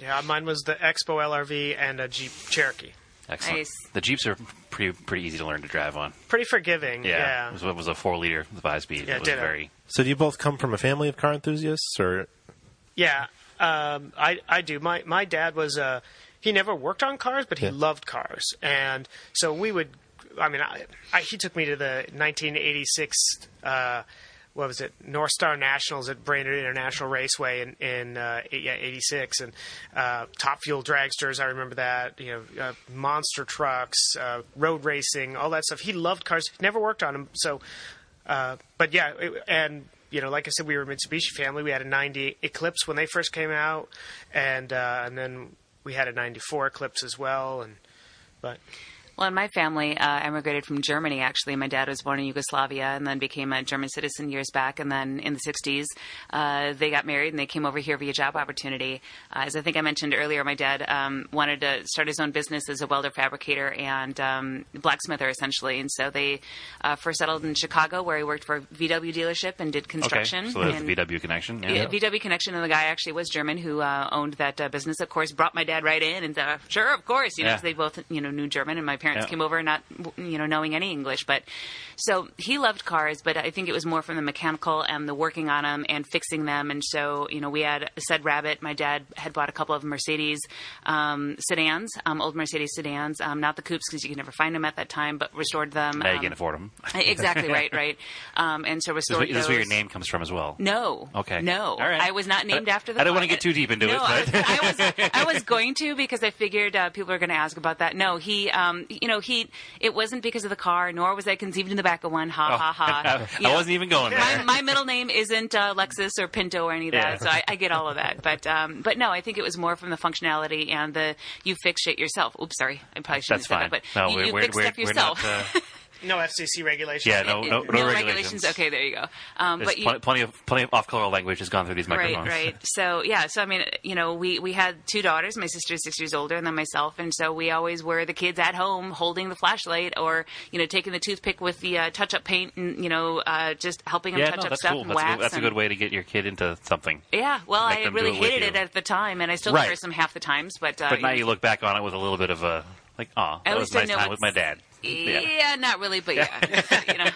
C: Yeah, mine was the Expo LRV and a Jeep Cherokee.
B: Excellent.
D: Nice.
B: The Jeeps are pretty pretty easy to learn to drive on.
C: Pretty forgiving.
B: Yeah,
C: Yeah.
B: It, was, it was a four liter five speed.
C: Yeah,
B: it was
C: ditto.
B: very
A: So do you both come from a family of car enthusiasts, or
C: Yeah, um, I I do. My my dad was uh, he never worked on cars, but he
A: Yeah.
C: loved cars, and so we would. I mean, I, I, he took me to the 1986. Uh, what was it? North Star Nationals at Brainerd International Raceway in in uh, eight- yeah, 86, and uh, Top Fuel dragsters. I remember that. You know, uh, monster trucks, uh, road racing, all that stuff. He loved cars. Never worked on them, so uh, but yeah, it, and you know, like I said, we were a Mitsubishi family. We had a '90 Eclipse when they first came out, and uh, and then we had a '94 Eclipse as well. And but
D: Well, and my family uh, emigrated from Germany, actually. My dad was born in Yugoslavia and then became a German citizen years back. And then in the 60s, uh, they got married and they came over here via job opportunity. Uh, as I think I mentioned earlier, my dad um, wanted to start his own business as a welder fabricator and um, blacksmither, essentially. And so they uh, first settled in Chicago, where he worked for a VW dealership and did
B: okay.
D: construction.
B: So that's
D: And-
B: the VW connection. Yeah.
D: yeah, VW connection, and the guy actually was German who uh, owned that uh, business. Of course, brought my dad right in, and uh, sure, of course, you know,
B: Yeah.
D: 'cause they both you know knew German, and my parents
B: Yeah.
D: came over not you know knowing any English, but so he loved cars, but I think it was more from the mechanical and the working on them and fixing them, and so you know we had said Rabbit. My dad had bought a couple of Mercedes um, sedans, um, old Mercedes sedans, um, not the coupes because you could never find them at that time, but restored them.
B: now you
D: um,
B: can afford them.
D: Exactly right, right, um, and so
B: Is
D: restored.
B: this, is this where your
D: those.
B: name comes from as well?
D: No.
B: Okay.
D: No.
B: All right.
D: I was not named
B: I-
D: after the.
B: I don't wanna
D: planet.
B: get too deep into
D: No,
B: it,
D: I
B: but-
D: was, I was I was going to because I figured uh, people are going to ask about that. No, he, um, you know, he. It wasn't because of the car, nor was I conceived in the back of one. Ha ha ha.
B: Oh, I,
D: You know,
B: wasn't even going there.
D: My, my middle name isn't uh, Lexus or Pinto or any of that,
B: Yeah.
D: so I, I get all of that. But um, but no, I think it was more from the functionality and the you fix shit yourself. Oops, sorry, I probably shouldn't
B: that's fine.
D: have said that. But
B: no,
D: you,
B: we're,
D: you
B: we're,
D: fix
B: we're,
D: stuff
B: we're
D: yourself.
B: Not, uh,
C: no FCC regulations.
B: yeah, no, no, no,
D: regulations. Okay, there you go. Um,
B: There's
D: but you,
B: plenty, plenty of plenty of off-color language has gone through these microphones.
D: Right, right. So yeah, so I mean, you know, we we had two daughters. My sister's six years older, and then myself, and so we always were the kids at home holding the flashlight, or you know, taking the toothpick with the uh, touch-up paint, and you know, uh, just helping them
B: Yeah,
D: touch
B: no,
D: up
B: that's
D: stuff
B: cool.
D: and
B: That's,
D: wax.
B: a, that's a
D: and-
B: good way to get your kid into something.
D: Yeah, well,
B: Make
D: I
B: them do
D: really
B: it with
D: hated it
B: you.
D: at the time, and I still
B: Right.
D: curse them half the times. But uh,
B: But now
D: you know,
B: you look back on it with a little bit of a like, oh,
D: At
B: that was
D: least
B: a
D: I
B: nice
D: know
B: time with my
D: what's-
B: dad.
D: yeah. not really, but yeah, you know,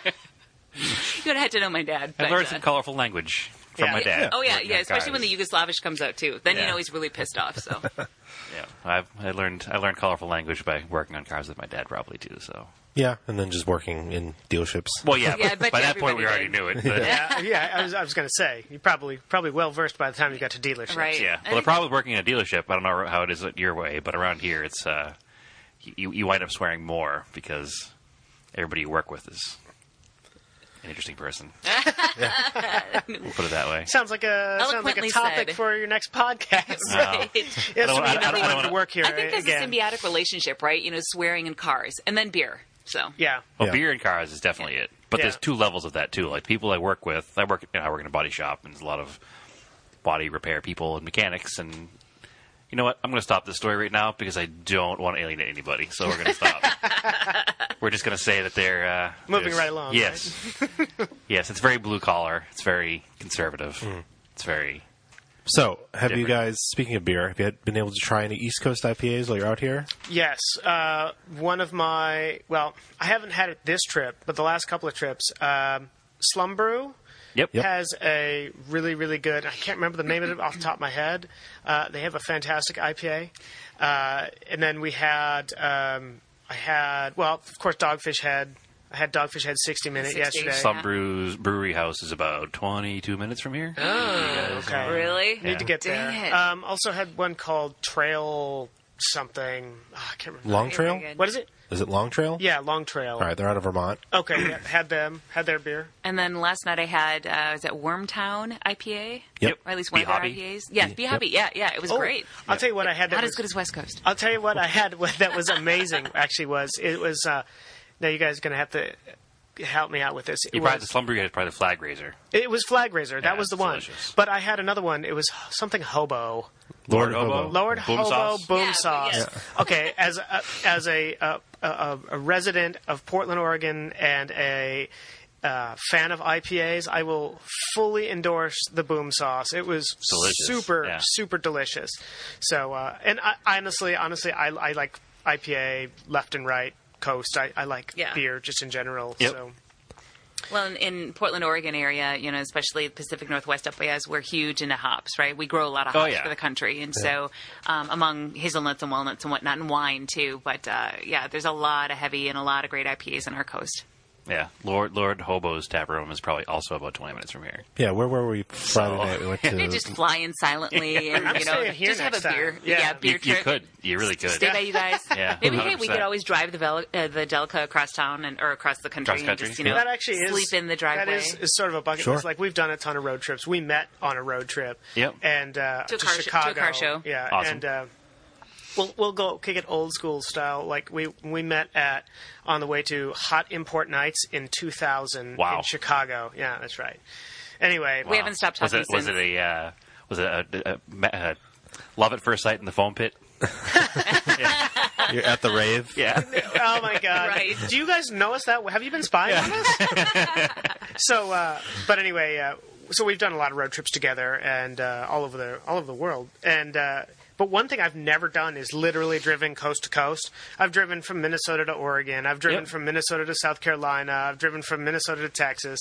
D: you would have had to know my dad.
B: I
D: but,
B: learned
D: uh,
B: some colorful language from
C: yeah.
B: my dad.
D: Oh yeah,
B: working
D: yeah.
B: on
D: Especially when
B: cars.
D: the Yugoslavish comes out too. Then you
B: Yeah.
D: know he's really pissed off. So.
B: Yeah, I've, I learned I learned colorful language by working on cars with my dad probably too. So
A: yeah, and then just working in dealerships.
B: well, yeah,
D: Yeah, I
B: but
D: bet
B: by
D: you
B: that point we
D: everybody
B: already knew it. but-
C: yeah, yeah. I was I was going to say you probably probably well versed by the time you got to dealerships.
D: Right.
B: yeah.
D: I
B: Well, the
D: think-
B: problem with working in a dealership, I don't know how it is at your way, but around here it's uh, you you wind up swearing more because everybody you work with is an interesting person. we'll put it that way.
C: Sounds like a sounds like a
D: Eloquently
C: topic
D: said.
C: for your next podcast.
D: Right.
B: I don't-
C: Yes, we
B: I don't- I
C: never
B: don't
C: wanted
B: wanna-
C: to work here
D: I think there's
C: again.
D: a symbiotic relationship, right? You know, swearing and cars, and then beer. So
C: yeah.
B: Well,
A: Yeah.
B: beer and cars is definitely it. But
C: Yeah.
B: there's two levels of that too. Like people I work with, I work, you know, I work in a body shop, and there's a lot of body repair people and mechanics. And you know what? I'm going to stop this story right now because I don't want to alienate anybody. So we're going to stop. we're just going to say that they're uh,
C: Moving
B: there's-
C: right along,
B: Yes, yes. It's very blue collar. It's very conservative.
C: Hmm.
B: It's very
A: So, have you
B: Different.
A: guys? Speaking of beer, have you had- been able to try any East Coast IPAs while you're out here?
C: Yes, uh, one of my well, I haven't had it this trip, but the last couple of trips, um, Slumbrew
B: yep.
C: has a really really good. I can't remember the name of it off the top of my head. Uh, they have a fantastic IPA, uh, and then we had um, I had well, of course, Dogfish Head. I had Dogfish Head sixty minute
D: 60.
C: yesterday.
B: Some brews brewery house is about 22 minutes from here.
C: okay.
D: really,
C: Need to get
D: Dang
C: there.
D: it.
C: Um, also had one called Trail something. Ah, I can't remember.
A: Long
D: Very
A: Trail?
D: good.
C: What is it?
A: Is it Long Trail?
C: Yeah, Long Trail.
A: All right, they're out of Vermont.
C: Okay, yeah, had them, had their beer.
D: And then last night I had uh, I was at Wormtown IPA,
A: Yep.
D: or at least one of their
B: Bee Hobby?
D: IPAs. Yes, Bee Hobby. Yeah, yeah, it was
C: Oh,
D: great.
C: I'll tell you what I had. That
D: Not
C: was,
D: as good as West Coast.
C: I'll tell you what I had what, that was amazing. actually, was it was. Uh, now you guys are gonna have to help me out with this. It
B: You probably the
C: was,
B: slum brewery is probably the flag raiser.
C: it was flag raiser.
B: Yeah,
C: that was the
B: it's
C: one.
B: delicious.
C: But I had another one. It was something hobo.
A: Lord Hobo.
C: Lowered
B: Boom
C: hobo
B: sauce?
C: boom
D: Yeah,
C: sauce.
D: yeah.
C: Okay, as a, as a, uh, a a resident of Portland, Oregon, and a uh, fan of IPAs, I will fully endorse the boom sauce. It was
B: Delicious,
C: super
B: yeah.
C: super delicious. So, uh, and I, honestly, honestly, I, I like IPA left and right. Coast. I, I like
D: Yeah.
C: beer just in general.
B: Yep.
C: So
D: Well, in, in Portland, Oregon area, you know, especially the Pacific Northwest up as we're huge into hops, right? We grow a lot of
B: Oh,
D: hops
B: yeah.
D: for the country, and so um, among hazelnuts and walnuts and whatnot, and wine too. But uh, yeah, there's a lot of heavy and a lot of great IPAs on our coast.
B: Yeah, Lord Lord Hobo's tap room is probably also about twenty minutes from here.
A: Yeah, where were we Friday night? We went to.
D: They just fly in silently, and you know,
C: staying here
D: just have a
C: next time.
D: beer,
C: Yeah.
D: beer
B: you, you
D: trip.
B: could, you really could.
D: Stay by you guys.
B: Yeah,
D: Maybe hey, we
B: 100%.
D: could always drive the Vel- uh, the Delica across town and or across the country,
B: Across
D: and
B: country,
D: just you know
B: yeah.
C: that actually is
D: sleep in the driveway.
C: That is, is sort of a bucket
A: Sure.
C: list. Like we've done a ton of road trips. We met on a road trip.
B: Yep.
C: And uh,
D: To a
C: to
D: car sh- to a
C: Chicago.
D: car show.
C: Yeah.
B: Awesome.
C: And uh, we'll we'll go kick it old school style. Like we we met at on the way to Hot Import Nights in 2000
B: Wow.
C: in Chicago. Yeah, that's right. Anyway,
D: We haven't stopped
B: Was
D: talking
B: it was it
D: since.
B: a uh, was it a, a, a, a love at first sight in the foam pit?
A: You're at the rave.
B: Yeah,
C: oh my god!
D: Right.
C: Do you guys know us that? way? Have you been spying on us? so, uh, but anyway, uh, so we've done a lot of road trips together and uh, all over the all over the world. And uh, but one thing I've never done is literally driven coast to coast. I've driven from Minnesota to Oregon. I've driven
B: Yep.
C: from Minnesota to South Carolina. I've driven from Minnesota to Texas.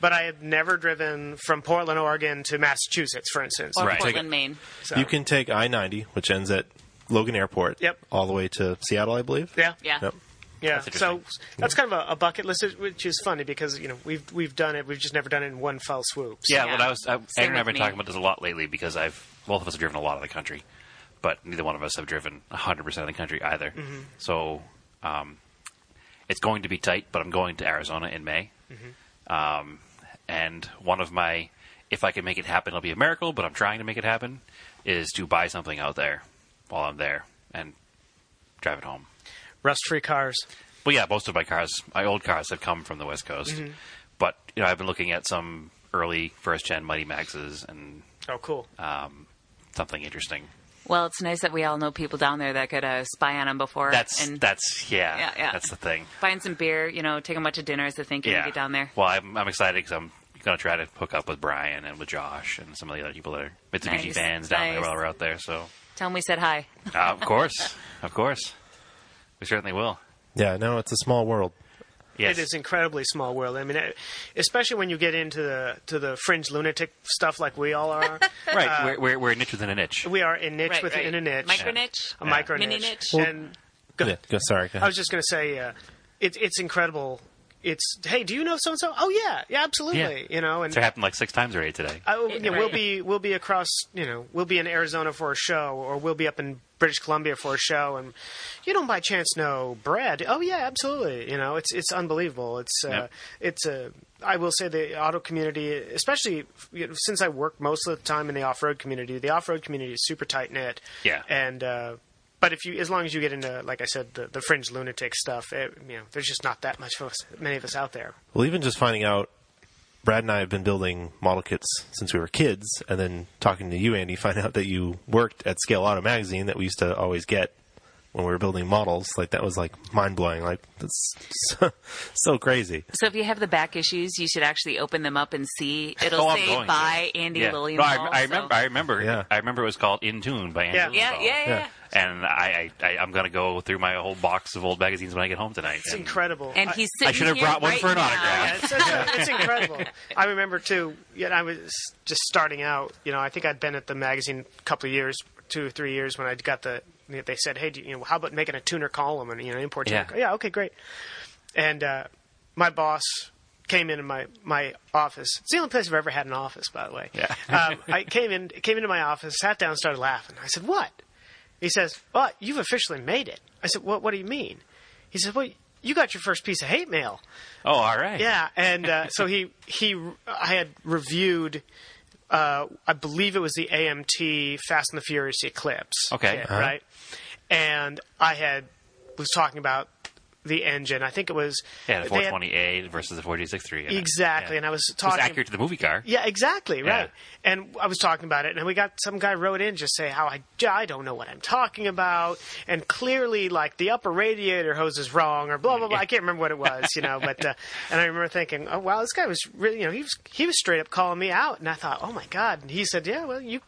C: But I have never driven from Portland, Oregon to Massachusetts, for instance.
D: or
B: Right.
D: Portland, Maine.
C: So-
A: You can take I 90, which ends at Logan Airport,
C: Yep.
A: all the way to Seattle, I believe.
C: Yeah.
D: Yeah.
A: Yep.
C: Yeah,
B: That's
C: so
B: interesting.
C: that's kind of a, a bucket list, which is funny because you know we've we've done it, we've just never done it in one fell swoop. So-
B: yeah.
D: Yeah.
B: When I was, I, Aaron and I've
D: with
B: been
D: me.
B: talking about this a lot lately because I've both of us have driven a lot of the country, but neither one of us have driven hundred percent of the country either. So, um, it's going to be tight. But I'm going to Arizona in May, um, and one of my if I can make it happen, it'll be a miracle. But I'm trying to make it happen is to buy something out there while I'm there and drive it home.
C: rust-free cars.
B: Well, yeah, most of my cars, my old cars, have come from the West Coast.
D: Mm-hmm.
B: But you know, I've been looking at some early first gen Mighty Maxes and
C: Oh, cool.
B: um, something interesting.
D: Well, it's nice that we all know people down there that could uh, spy on them before.
B: That's
D: and
B: that's yeah,
D: Yeah, yeah.
B: that's the thing.
D: buying some beer, you know, take them out to dinner is the thing.
B: yeah,
D: Yeah. Get down there.
B: Well, I'm I'm excited because I'm going to try to hook up with Brian and with Josh and some of the other people that are Mitsubishi
D: Nice,
B: fans down there
D: nice.
B: while we're out there. So,
D: Tell them we said hi.
B: uh, of course, of course, we certainly will.
A: Yeah, no, it's a small world.
B: Yes.
C: It is incredibly small world. I mean, it- especially when you get into the to the fringe lunatic stuff like we all are.
B: right.
D: uh,
B: we're, we're we're a niche within a niche.
C: we are a niche
D: Right,
C: within
D: right. Um,
C: a niche,
D: Micro niche.
C: a micro
D: Mini
C: niche,
D: niche.
C: and go
A: Yeah, go, sorry. Go
C: I
A: ahead.
C: was just going to say, uh, it's it's incredible. It's hey, do you know so and so? Oh yeah, yeah, absolutely.
B: Yeah.
C: You know, and
B: It happened like six times already today.
C: I, you know, we'll
D: Right.
C: be we'll be across you know we'll be in Arizona for a show or we'll be up in British Columbia for a show and you don't by chance know bread oh yeah absolutely you know it's it's unbelievable it's uh,
B: Yep.
C: it's a I will say the auto community especially you know, since I work most of the time in the off road community the off road community is super tight knit
B: Yeah.
C: and uh, but if you as long as you get into like I said the, the fringe lunatic stuff it, you know there's just not that much of us, many of us out there
A: Well, even just finding out, Brad and I have been building model kits since we were kids, and then talking to you, Andy, find out that you worked at Scale Auto Magazine that we used to always get when we were building models. Like that was like mind blowing. Like that's so, so crazy.
D: So if you have the back issues, you should actually open them up and see. It'll
B: Oh, I'm
D: say
B: going to.
D: by Andy
B: yeah.
D: Lillian.
B: No, I, I remember. I remember.
A: Yeah.
B: I remember it was called In Tune by Andy.
C: Yeah.
D: yeah, yeah,
B: Lilienthal.
D: yeah,
A: Yeah.
B: And I, I, I, I'm gonna go through my whole box of old magazines when I get home tonight.
C: it's
B: and
C: incredible
D: And
C: I-
D: he's
B: I
D: sitting
B: should have
D: here
B: brought one
D: right
B: for an
D: now.
B: autograph.
C: it's, it's, it's incredible. I remember too. Yet I was just starting out. You know, I think I'd been at the magazine a couple of years, two or three years, when I got the. They said, "Hey, do you, you know, how about making a tuner column and you know import tuner?"
B: Yeah.
C: co- yeah okay, great. And uh, my boss came into my my office. It's the only place I've ever had an office, by the way.
B: Yeah.
C: um, I came in came into my office, sat down, started laughing. I said, "What?" He says, "Well, you've officially made it." I said, "What? What do you mean?" He says, "Well, you got your first piece of hate mail."
B: Oh, all right.
C: Yeah, and uh, so he he I had reviewed. Uh, I believe it was the AMT Fast and the Furious Eclipse.
B: Okay.
C: kit,
B: Uh-huh.
C: right. And I had was talking about the engine. I think it was
B: Yeah, the
C: they had-
B: 420A versus the 4G63.
C: Exactly, and I was
B: It's
C: talking
B: accurate to the movie car.
C: Yeah, exactly,
B: Yeah.
C: right. And I was talking about it, and we got some guy wrote in just say how I, I don't know what I'm talking about, and clearly like the upper radiator hose is wrong or blah blah blah. I can't remember what it was, you know. But uh, and I remember thinking, oh wow, this guy was really, you know, he was he was straight up calling me out, and I thought, oh my god. And he said, yeah, well you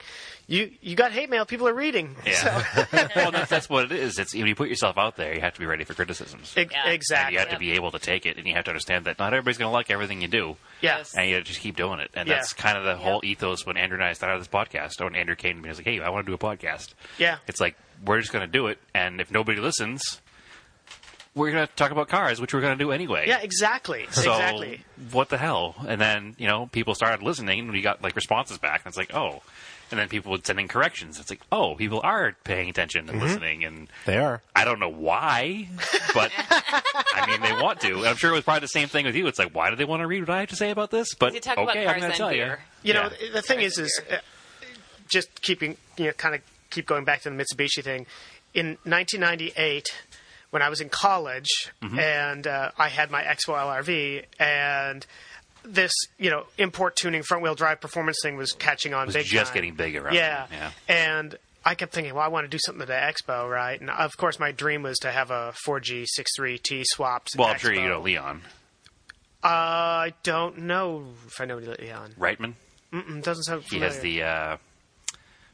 C: you you got hate mail, people are reading.
B: Yeah. well, that's, that's what it is. It's when you put yourself out there, you have to be ready for criticisms.
C: E-
D: Yeah.
B: and
C: Exactly.
B: you have to
D: Yep.
B: be able to take it, and you have to understand that not everybody's going to like everything you do.
C: Yeah.
D: Yes.
B: And you just keep doing it. And
C: Yeah.
B: that's kind of the whole ethos when Andrew and I started this podcast. Or when Andrew came to me and was like, hey, I want to do a podcast.
C: Yeah.
B: It's like, we're just going to do it. And if nobody listens, we're going to talk about cars, which we're going to do anyway.
C: Yeah, exactly.
B: So
C: exactly.
B: what the hell? And then you know people started listening, and we got like responses back, and it's like oh, and then people would send in corrections. It's like oh, people are paying attention and listening, and
A: They are.
B: I don't know why, but I mean they want to. And I'm sure it was probably the same thing with you. It's like why do they want to read what I have to say about this? But
D: You talk about
B: okay, I'm
D: cars
B: going to
D: and
B: tell
D: beer.
B: you.
C: You know,
B: Yeah.
C: the thing is, is uh, just keeping you know, kind of keep going back to the Mitsubishi thing. In 1998, when I was in college,
B: Mm-hmm.
C: and uh, I had my Expo LRV, and this you know import tuning front wheel drive performance thing was catching on.
B: was
C: big
B: just
C: time.
B: getting big around
C: Yeah.
B: then, yeah.
C: And I kept thinking, well, I want to do something at the Expo, right? And of course, my dream was to have a 4G63T swapped.
B: well, I'm sure
C: Expo.
B: you know Leon
C: I don't know if I know Leon.
B: Reitman.
C: Mm-mm, doesn't sound
B: He
C: familiar.
B: has the uh,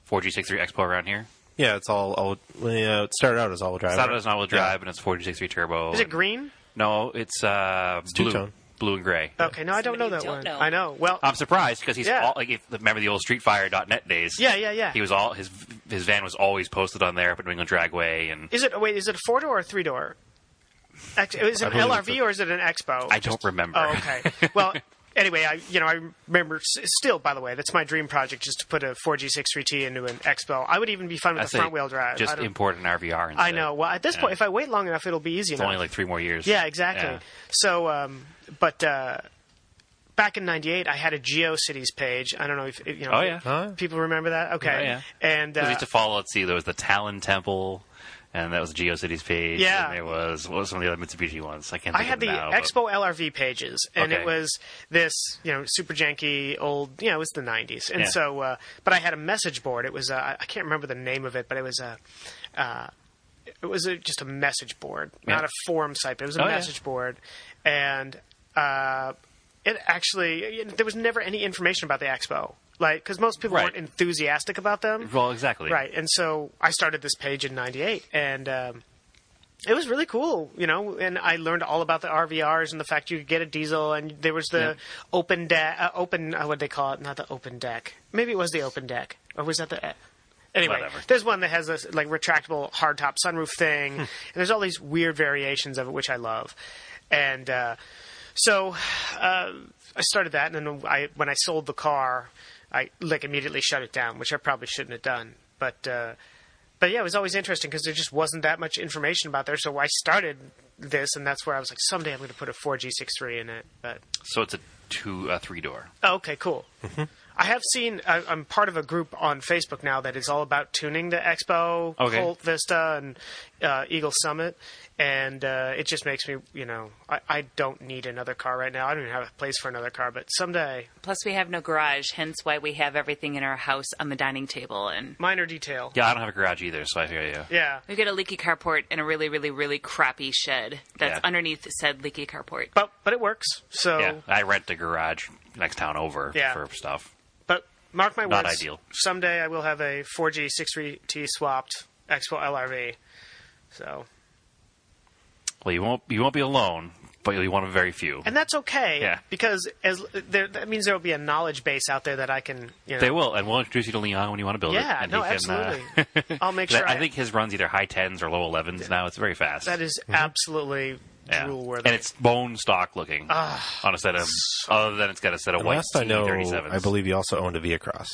B: 4G63 Expo around here.
A: Yeah, it's all. all yeah, it started out as all drive.
B: It's not as novel
A: Yeah.
B: drive, and it's 4G63 turbo.
C: Is it
B: and-
C: green?
B: No, it's uh, blue,
A: two-tone.
B: blue and gray.
C: Okay, no, I don't
D: Somebody
C: know
D: you
C: that
D: don't
C: one.
D: know.
C: I know. Well,
B: I'm surprised because he's
C: Oh. Yeah.
B: all like if, remember the old StreetFire.net days.
C: Yeah, yeah, yeah.
B: He was all his his van was always posted on there up at New England Dragway, and
C: is it wait? Is it a four door or a three door? Ex- is it an
A: believe
C: LRV
A: it's a-
C: or is it an Expo?
B: I don't remember.
C: Oh, okay. well, anyway, I you know I remember s- still. By the way, that's my dream project, just to put a 4G63T into an Expo. I would even be fine with
B: I
C: a
B: say
C: front wheel drive. I,
B: Just
C: don't-
B: import an RVR. Instead.
C: I know. Well, at this
B: Yeah.
C: point, if I wait long enough, it'll be easy
B: it's
C: enough.
B: only like three more years.
C: Yeah, exactly.
B: Yeah.
C: So, um, but uh, back in '98, I had a GeoCities page. I don't know if if, you know.
B: Oh, yeah.
A: Huh?
C: People remember that? Okay.
B: Oh, yeah.
C: And
B: 'Cause we
C: uh,
B: used to follow. Let's see, there was the Talon Temple, and that was GeoCities page.
C: Yeah.
B: and there was what was some of the other Mitsubishi ones. I can't.
C: I
B: Think
C: had
B: of
C: the
B: them now, but-
C: Expo LRV pages, and
B: Okay.
C: it was this, you know, super janky old, you know, it was the '90s, and
B: Yeah.
C: so, uh, but I had a message board. It was, uh, I- I can't remember the name of it, but it was a, uh, it was a, just a message board, not
B: Yeah.
C: a forum site, but it was a
B: Oh, yeah.
C: message board, and uh, it actually, you know, there was never any information about the Expo, like because most people
B: Right.
C: weren't enthusiastic about them,
B: Well, exactly.
C: Right. And so I started this page in 98 and um, it was really cool, you know, and I learned all about the RVRs and the fact you could get a diesel and there was the
B: Yeah.
C: open deck, uh, open, uh, what they call it? Not the open deck. Maybe it was the open deck or was that the, uh, anyway,
B: Whatever.
C: there's one that has this like retractable hardtop sunroof thing and there's all these weird variations of it, which I love. And, uh, so uh, I started that, and then I, when I sold the car, I like immediately shut it down, which I probably shouldn't have done. But uh, but yeah, it was always interesting because there just wasn't that much information about there. So I started this, and that's where I was like, someday I'm going to put a 4G63 in it. But
B: So it's a two, a three door.
C: oh, okay, cool.
B: Mm-hmm.
C: I have seen. I, I'm part of a group on Facebook now that is all about tuning the Expo,
B: Okay.
C: Colt Vista, and uh, Eagle Summit, and uh, it just makes me, you know, I, I don't need another car right now. I don't even have a place for another car, but someday,
D: Plus, we have no garage, hence why we have everything in our house on the dining table. And
C: minor detail.
B: Yeah, I don't have a garage either, so I hear you.
C: Yeah.
D: we've got a leaky carport and a really, really, really crappy shed that's
B: Yeah.
D: underneath said leaky carport.
C: But but it works. So
B: Yeah, I rent a garage next town over
C: Yeah.
B: for stuff.
C: but mark my
B: Not
C: words.
B: ideal.
C: Someday I will have a 4G 63T swapped Expo LRV. So
B: Well, you won't you won't be alone, but you'll be one of very few.
C: and that's okay.
B: Yeah.
C: Because as there that means there will be a knowledge base out there that I can you know.
B: They will, and we'll introduce you to Leon when you want to build it.
C: Yeah.
B: and
C: No.
B: he can,
C: absolutely.
B: Uh,
C: I'll make
B: 'cause
C: sure.
B: I, I think his runs either high tens or low elevens now. It's very fast.
C: that is absolutely
B: Mm-hmm. yeah.
C: drool worthy. Ah,
B: and it's bone stock looking on a set of. Other than it's got a set of white
A: Last I know,
B: T37s.
A: I believe he also owned a Via Cross.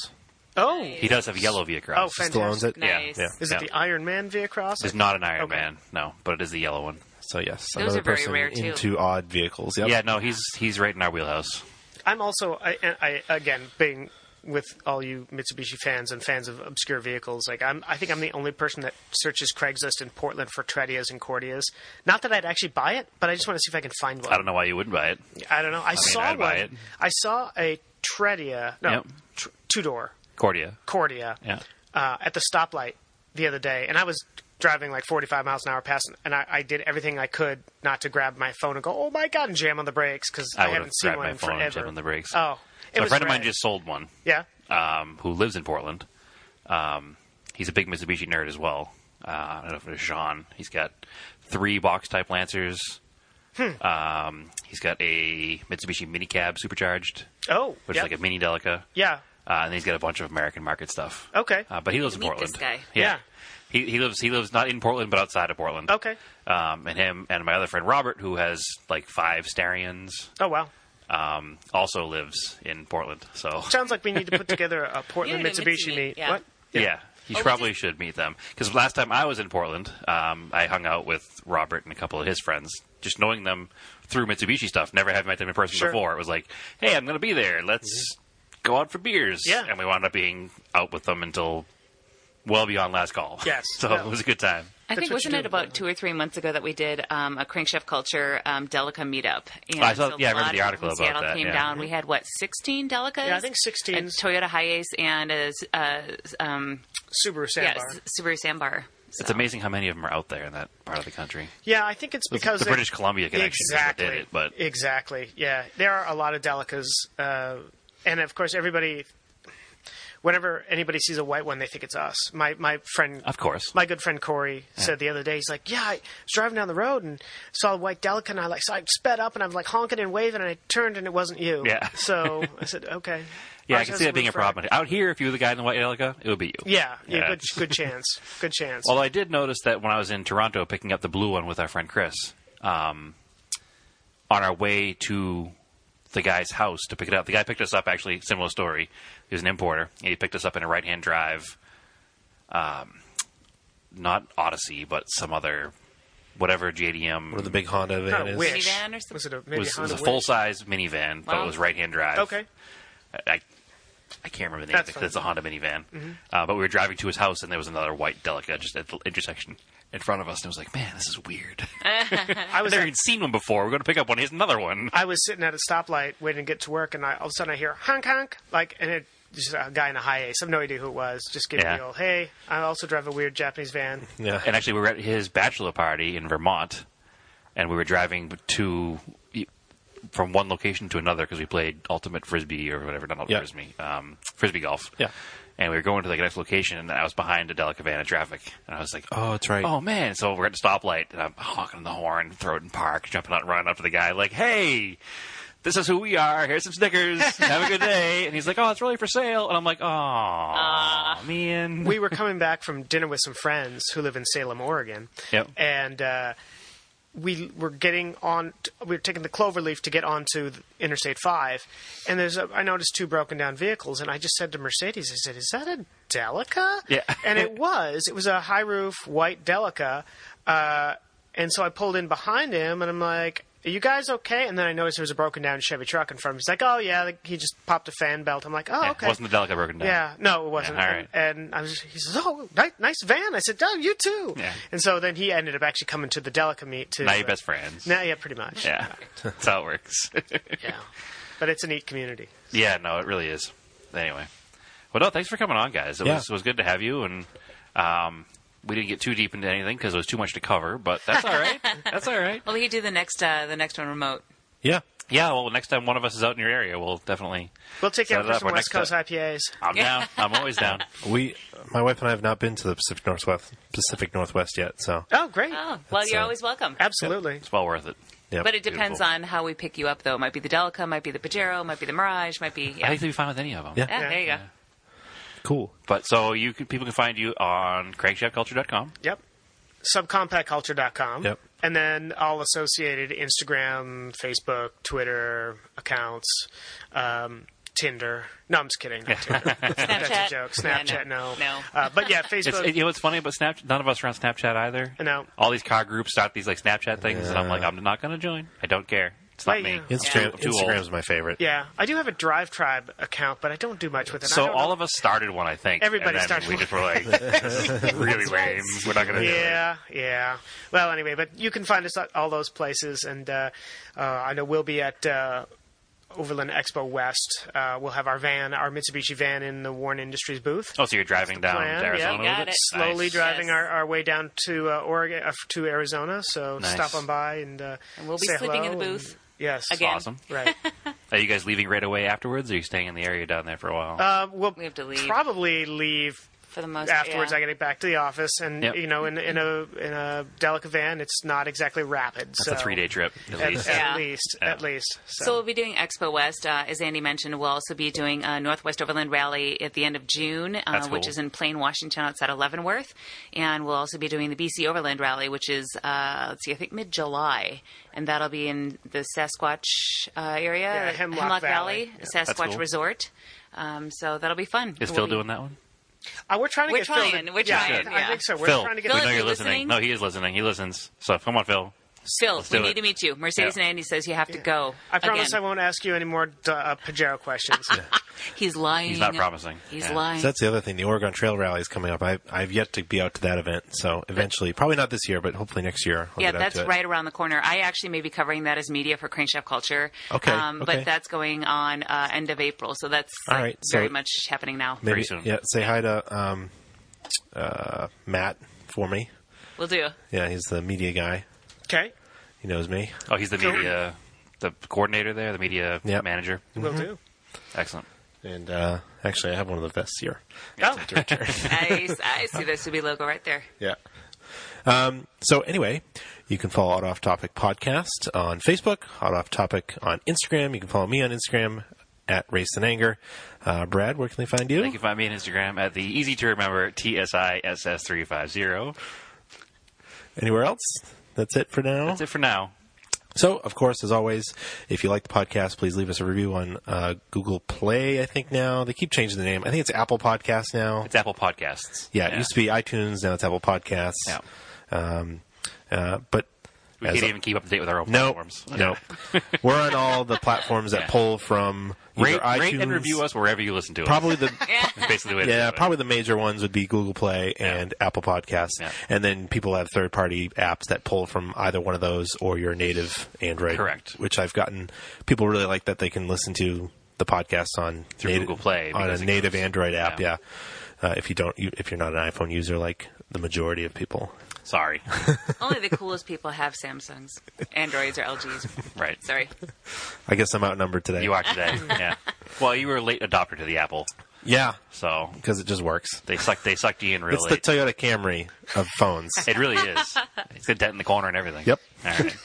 C: oh
B: he does have a yellow Via
C: oh
B: Cross.
A: Still
C: fantastic.
A: owns it.
D: Nice.
A: Yeah.
C: Is
B: Yeah.
C: it the Iron Man via cross?
B: it's not an Iron
C: Okay.
B: Man, no, but it is the yellow one.
A: So yes,
D: Those
A: another
D: are very
A: person
D: rare, too.
A: into odd vehicles. Yep.
B: Yeah, no, he's he's right in our wheelhouse.
C: I'm also I, I again being with all you Mitsubishi fans and fans of obscure vehicles. Like I'm, I think I'm the only person that searches Craigslist in Portland for Tredias and Cordias. Not that I'd actually buy it, but I just want to see if I can find one.
B: I don't know why you wouldn't buy it.
C: I don't know. I, saw
B: I'd buy
C: one.
B: it.
C: I saw a Tredia, no,
B: Yep.
C: tr- two door
B: Cordia.
C: Cordia
B: Yeah.
C: uh, at the stoplight the other day, and I was driving like 45 miles an hour past, and I, I did everything I could not to grab my phone and go, "Oh my god!" and jam on the brakes because
B: I
C: I,
B: would've
C: haven't seen
B: grabbed
C: one
B: my
C: in
B: phone and
C: forever.
B: jammed on the brakes.
C: Oh, it
B: So a
C: was
B: friend of mine
C: rad.
B: just sold one
C: yeah.
B: um, who lives in Portland. Um, he's a big Mitsubishi nerd as well. Uh, I don't know if it's Jean. He's got three box type Lancers.
C: Hmm.
B: Um, he's got a Mitsubishi minicab supercharged,
C: Oh,
B: which
C: yeah.
B: is like a mini Delica.
C: yeah.
B: Uh, and he's got a bunch of American market stuff.
C: Okay.
B: Uh, but he lives in
D: Meet
B: Portland.
D: this guy.
C: Yeah.
B: He, he lives he lives not in Portland but outside of Portland.
C: Okay.
B: Um, and him and my other friend Robert, who has like five Starions,
C: Oh wow.
B: um, also lives in Portland. So
C: Sounds like we need to put together a Portland
D: need a
C: Mitsubishi
D: Mitsubishi,
C: meet.
D: yeah.
C: What?
B: Yeah, you
D: Oh,
B: should
D: we
B: probably should meet them because last time I was in Portland, um, I hung out with Robert and a couple of his friends. Just knowing them through Mitsubishi stuff, never having met them in person
C: Sure. Mm-hmm.
B: before, it was like, "Hey, I'm going to be there. Let's go out for beers."
C: Yeah.
B: and we wound up being out with them until well beyond last call.
C: Yes,
B: so
C: yeah.
B: it was a good time.
D: I
C: That's
D: think
C: what
D: wasn't
C: you
D: it
C: do.
D: about two or three months ago that we did um, a Crankshaft Culture um, Delica meetup? And
B: Oh, I saw-
D: so a
B: yeah, I remember
D: lot
B: the
D: of
B: article about
D: people from Seattle
B: that,
D: came
B: yeah. Mm-hmm.
D: down. We had what sixteen Delicas?
C: Yeah, I think 16.
D: A Toyota Hiace and a, s- uh, s- um,
C: Subaru
D: yeah,
C: Sandbar.
D: s- Subaru Sandbar. So-
B: It's amazing how many of them are out there in that part of the country.
C: Yeah, I think it's because
B: the
C: they-
B: British Columbia connection is what
C: exactly
B: did it, but
C: exactly, yeah, there are a lot of delicas, uh, and of course, everybody. Whenever anybody sees a white one, they think it's us. My my friend,
B: of course,
C: my good friend Corey said the other day, he's like, "Yeah, I was driving down the road and saw a white Delica, and I like, so I sped up and I'm like honking and waving, and I turned and it wasn't you."
B: Yeah.
C: So I said, "Okay."
B: yeah, I
C: was
B: can
C: just
B: see that being a
C: referring-
B: problem out here. If you were the guy in the white Delica, it would be you.
C: Yeah, yeah,
B: Yeah.
C: Good, good chance, good chance.
B: Although I did notice that when I was in Toronto picking up the blue one with our friend Chris, um, on our way to the guy's house to pick it up, the guy picked us up. Actually, similar story. He was an importer. And he picked us up in a right-hand drive, um, not Odyssey, but some other whatever JDM.
A: One of the big Honda van
C: Not a
A: is.
C: wish.
D: Minivan or something?
C: Was it a, maybe
B: it was, it
C: Honda
B: was a
C: Wish?
B: full-size minivan, but it
D: Wow.
B: was right-hand drive.
C: Okay.
B: I, I can't remember the name
C: That's
B: of it
C: fine. Mm-hmm.
B: because it's a Honda minivan. Uh, but we were driving to his house, and there was another white Delica just at the intersection in front of us. And it was like, man, this is weird.
C: I
B: I've
C: was
B: never
C: at-
B: even seen one before. We're going to pick up one. Here's another one.
C: I was sitting at a stoplight waiting to get to work, and I, all of a sudden I hear honk honk, like, and it just a guy in a high ace. I have no idea who it was. Just gave me
B: Yeah.
C: the old, hey, I also drive a weird Japanese van.
A: Yeah.
B: And actually, we were at his bachelor party in Vermont, and we were driving to from one location to another because we played ultimate frisbee or whatever, not
A: Yeah.
B: frisbee, um, frisbee golf.
A: Yeah.
B: And we were going to the next location, and I was behind a Delica van in traffic, and I was like,
A: oh, that's right.
B: Oh man! So we're at the stoplight, and I'm honking the horn, throating park, jumping out, and running up to the guy, like, "Hey, this is who we are. Here's some Snickers. Have a good day." And he's like, "Oh, it's really for sale." And I'm like, "Oh man."
C: we were coming back from dinner with some friends who live in Salem, Oregon.
B: Yep.
C: And uh, we were getting on. We were taking the Cloverleaf to get onto the Interstate Five, and there's a, I noticed two broken down vehicles, and I just said to Mercedes, I said, "Is that a Delica?"
B: Yeah.
C: and it was. It was a high roof white Delica, uh, and so I pulled in behind him, and I'm like. Are you guys okay? And then I noticed there was a broken down Chevy truck in front of him. He's like, "Oh yeah, he just popped a fan belt." I'm like, "Oh
B: Yeah,
C: okay."
B: Wasn't the Delica broken down?
C: Yeah, no, it wasn't.
B: Yeah, all right.
C: and, and I was, he says, "Oh, nice, nice van." I said, "Oh, you too."
B: Yeah.
C: And so then he ended up actually coming to the Delica meet to
B: Now you're best friends.
C: Now, yeah, pretty much.
B: Yeah, that's how it works.
C: Yeah. But it's a neat community.
B: yeah, no, it really is. Anyway, well, no, thanks for coming on, guys. It
A: Yeah.
B: was it was good to have you, and um, we didn't get too deep into anything because it was too much to cover. But that's all right. that's all right.
D: Well, we could do the next uh, the next one remote.
A: Yeah.
B: Yeah. Well, next time one of us is out in your area, we'll definitely.
C: We'll take you
B: Set
C: out
B: it
C: for
B: up.
C: some
B: We're
C: West
B: next
C: Coast IPAs.
B: I'm down. I'm always down.
A: We, my wife and I have not been to the Pacific Northwest, Pacific Northwest yet. So
C: Oh, great!
D: Oh, well,
A: That's,
D: you're
A: uh,
D: always welcome.
C: Absolutely.
B: It's well worth it.
A: yeah.
D: But it depends
B: Beautiful.
D: on how we pick you up, though. It might be the Delica, might be the Pajero, might be the Mirage, might be.
B: I
D: Yeah,
B: think they'd be fine with any of them.
A: Yeah.
D: Yeah,
C: Yeah.
D: there you go.
A: cool.
B: But so you can, people can find you on crankshaftculture.com.
C: Yep. Subcompactculture.com.
A: Yep.
C: And then all associated Instagram, Facebook, Twitter accounts, um, Tinder. No, I'm just kidding. Not Tinder. That's a joke.
D: Yeah,
C: Snapchat,
D: no.
C: no.
D: No.
C: Uh, but yeah,
B: It's,
C: Facebook.
B: you know what's funny about Snapchat? None of us are on Snapchat either.
C: no.
B: All these car groups start these like Snapchat things, and I'm like, I'm not going to join. I don't care. It's not
C: Wait,
B: me.
C: yeah.
B: It's
A: Instagram,
B: too, too
A: Instagram's
B: old.
A: my favorite.
C: Yeah, I do have a Drive Tribe account, but I don't do much with it. I
B: So
C: don't
B: all
C: know-
B: of us started one, I think.
C: Everybody
B: and then
C: started
B: We
C: one.
B: just were like, really lame. We're not going to do it.
C: Yeah, yeah. Well, anyway, but you can find us at all those places, and uh, uh, I know we'll be at uh, Overland Expo West. Uh, we'll have our van, our Mitsubishi van, in the Warren Industries booth.
B: Oh, so you're driving down
C: plan,
B: to
C: yeah.
B: Arizona
D: Got
B: with
D: it.
B: it?
D: Slowly
B: Nice.
C: Driving
D: Yes.
C: our, our way down to uh, Oregon, uh, to Arizona, so
B: Nice.
C: stop on by and, uh,
D: And we'll be
C: say
D: sleeping in
C: hello
D: the
C: and-
D: booth
C: yes,
D: again.
B: Awesome.
C: Right.
B: Are you guys leaving right away afterwards, or are you staying in the area down there for a while?
C: Uh, we'll
D: We have to leave.
C: probably leave
D: for the most
C: afterwards.
D: yeah.
C: I get back to the office, and
B: Yep.
C: you know, in, in a in a Delica van, it's not exactly rapid.
B: That's
C: so
B: a three day trip, at
C: At,
B: least.
C: at
D: Yeah.
C: least,
B: Yeah.
C: at least. So,
D: So we'll be doing Expo West, uh, as Andy mentioned. We'll also be doing uh, Northwest Overland Rally at the end of June, uh,
B: That's
D: which
B: cool.
D: is in Plain, Washington, outside of Leavenworth, and we'll also be doing the BC Overland Rally, which is uh, let's see, I think mid July, and that'll be in the Sasquatch uh, area,
C: Yeah, Hemlock Valley.
D: Valley, Sasquatch
B: cool.
D: Resort. Um, so that'll be fun.
B: Is Phil
D: We'll be-
B: doing that one?
C: Uh, we're trying to
D: We're
C: get Phil.
D: trying,
C: To,
D: we're
C: yeah,
D: trying,
C: I, I
D: yeah.
C: think so. We're
B: Phil,
C: trying to get
B: we
D: Phil,
B: know
D: are
B: you're
D: you listening?
B: listening. No, he is listening. He listens. So come on, Phil.
D: Phil,
B: Let's
D: we
B: do
D: need
B: it.
D: to meet you. Mercedes
B: Yeah.
D: and Andy says you have to go.
C: I promise
D: again.
C: I won't ask you any more uh, Pajero questions.
D: He's lying.
B: He's not promising.
D: He's
B: Yeah.
D: lying.
A: So that's the other thing. The Oregon Trail Rally is coming up. I, I've yet to be out to that event, so eventually, probably not this year, but hopefully next year. I'll
D: yeah,
A: get out
D: that's
A: to it.
D: right around the corner. I actually may be covering that as media for Crankshaft Culture.
A: Okay,
D: Um,
A: okay.
D: But that's going on uh, end of April, so that's
A: All
D: like,
A: right, so-
D: very much happening now.
A: Maybe,
B: soon.
A: Yeah, say hi to um, uh, Matt for me.
D: We'll do.
A: Yeah, he's the media guy.
C: okay,
A: He knows me.
B: Oh, he's the
C: Phil.
B: media, the coordinator there, the media
A: Yep.
B: manager.
C: we'll do.
B: Excellent.
A: And uh, actually, I have one of the vests here.
C: Oh,
D: I, I see the Subi logo right there.
A: Yeah. Um, so anyway, you can follow Odd Off Topic podcast on Facebook, Odd Off Topic on Instagram. You can follow me on Instagram at Race and Anger. Uh, Brad, where can they find you?
B: You can find me on Instagram at the easy to remember TSISS350.
A: Anywhere else? That's it for now.
B: That's it for now.
A: So, of course, as always, if you like the podcast, please leave us a review on uh, Google Play. I think now they keep changing the name. I think it's Apple Podcasts now.
B: It's Apple Podcasts.
A: yeah, it used to be iTunes. Now it's Apple Podcasts.
B: Yeah.
A: Um, uh, but
B: We
A: as
B: can't
A: a-
B: even keep up to date with our own
A: no,
B: platforms.
A: no, we're on all the platforms that
B: Yeah.
A: pull from either
B: Rate,
A: iTunes.
B: rate and review us wherever you listen to us.
A: Probably the
D: Yeah.
B: It's basically the way to do
A: yeah,
B: it.
A: probably the major ones would be Google Play and Apple Podcasts,
B: Yeah.
A: and then people have third party apps that pull from either one of those or your native Android.
B: Correct.
A: Which I've gotten people really like that they can listen to the podcast on
B: Through Google Play,
A: on a
B: because it
A: native
B: goes-
A: Android app.
B: yeah.
A: Yeah, Uh, if you don't, you, if you're not an iPhone user like the majority of people.
B: Sorry.
D: Only the coolest people have Samsungs, Androids, or LGs.
B: right.
D: Sorry.
A: I guess I'm outnumbered today.
B: You are today. yeah. Well, you were a late adopter to the Apple,
A: yeah,
B: so
A: because it just works.
B: they sucked. They sucked you in really.
A: It's the Toyota Camry of phones.
B: it really is. It's a dent in the corner and everything.
A: Yep.
B: All right.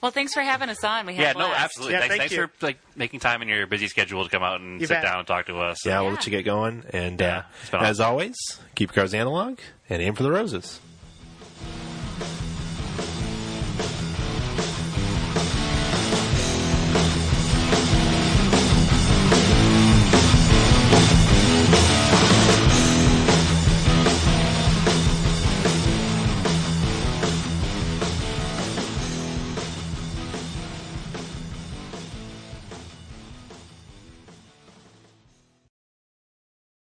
D: Well, thanks for having us on. We had
B: Yeah.
D: a
B: No.
D: blast.
B: Absolutely.
C: Yeah,
B: thanks.
C: thank
B: thanks
C: you.
B: for like making time in your busy schedule to come out and
C: You
B: sit
C: bet.
B: down and talk to us.
A: Yeah, we'll
D: Yeah.
A: let you get going. And
B: Yeah,
A: uh,
B: it's been
A: as always, keep your cars analog and aim for the roses.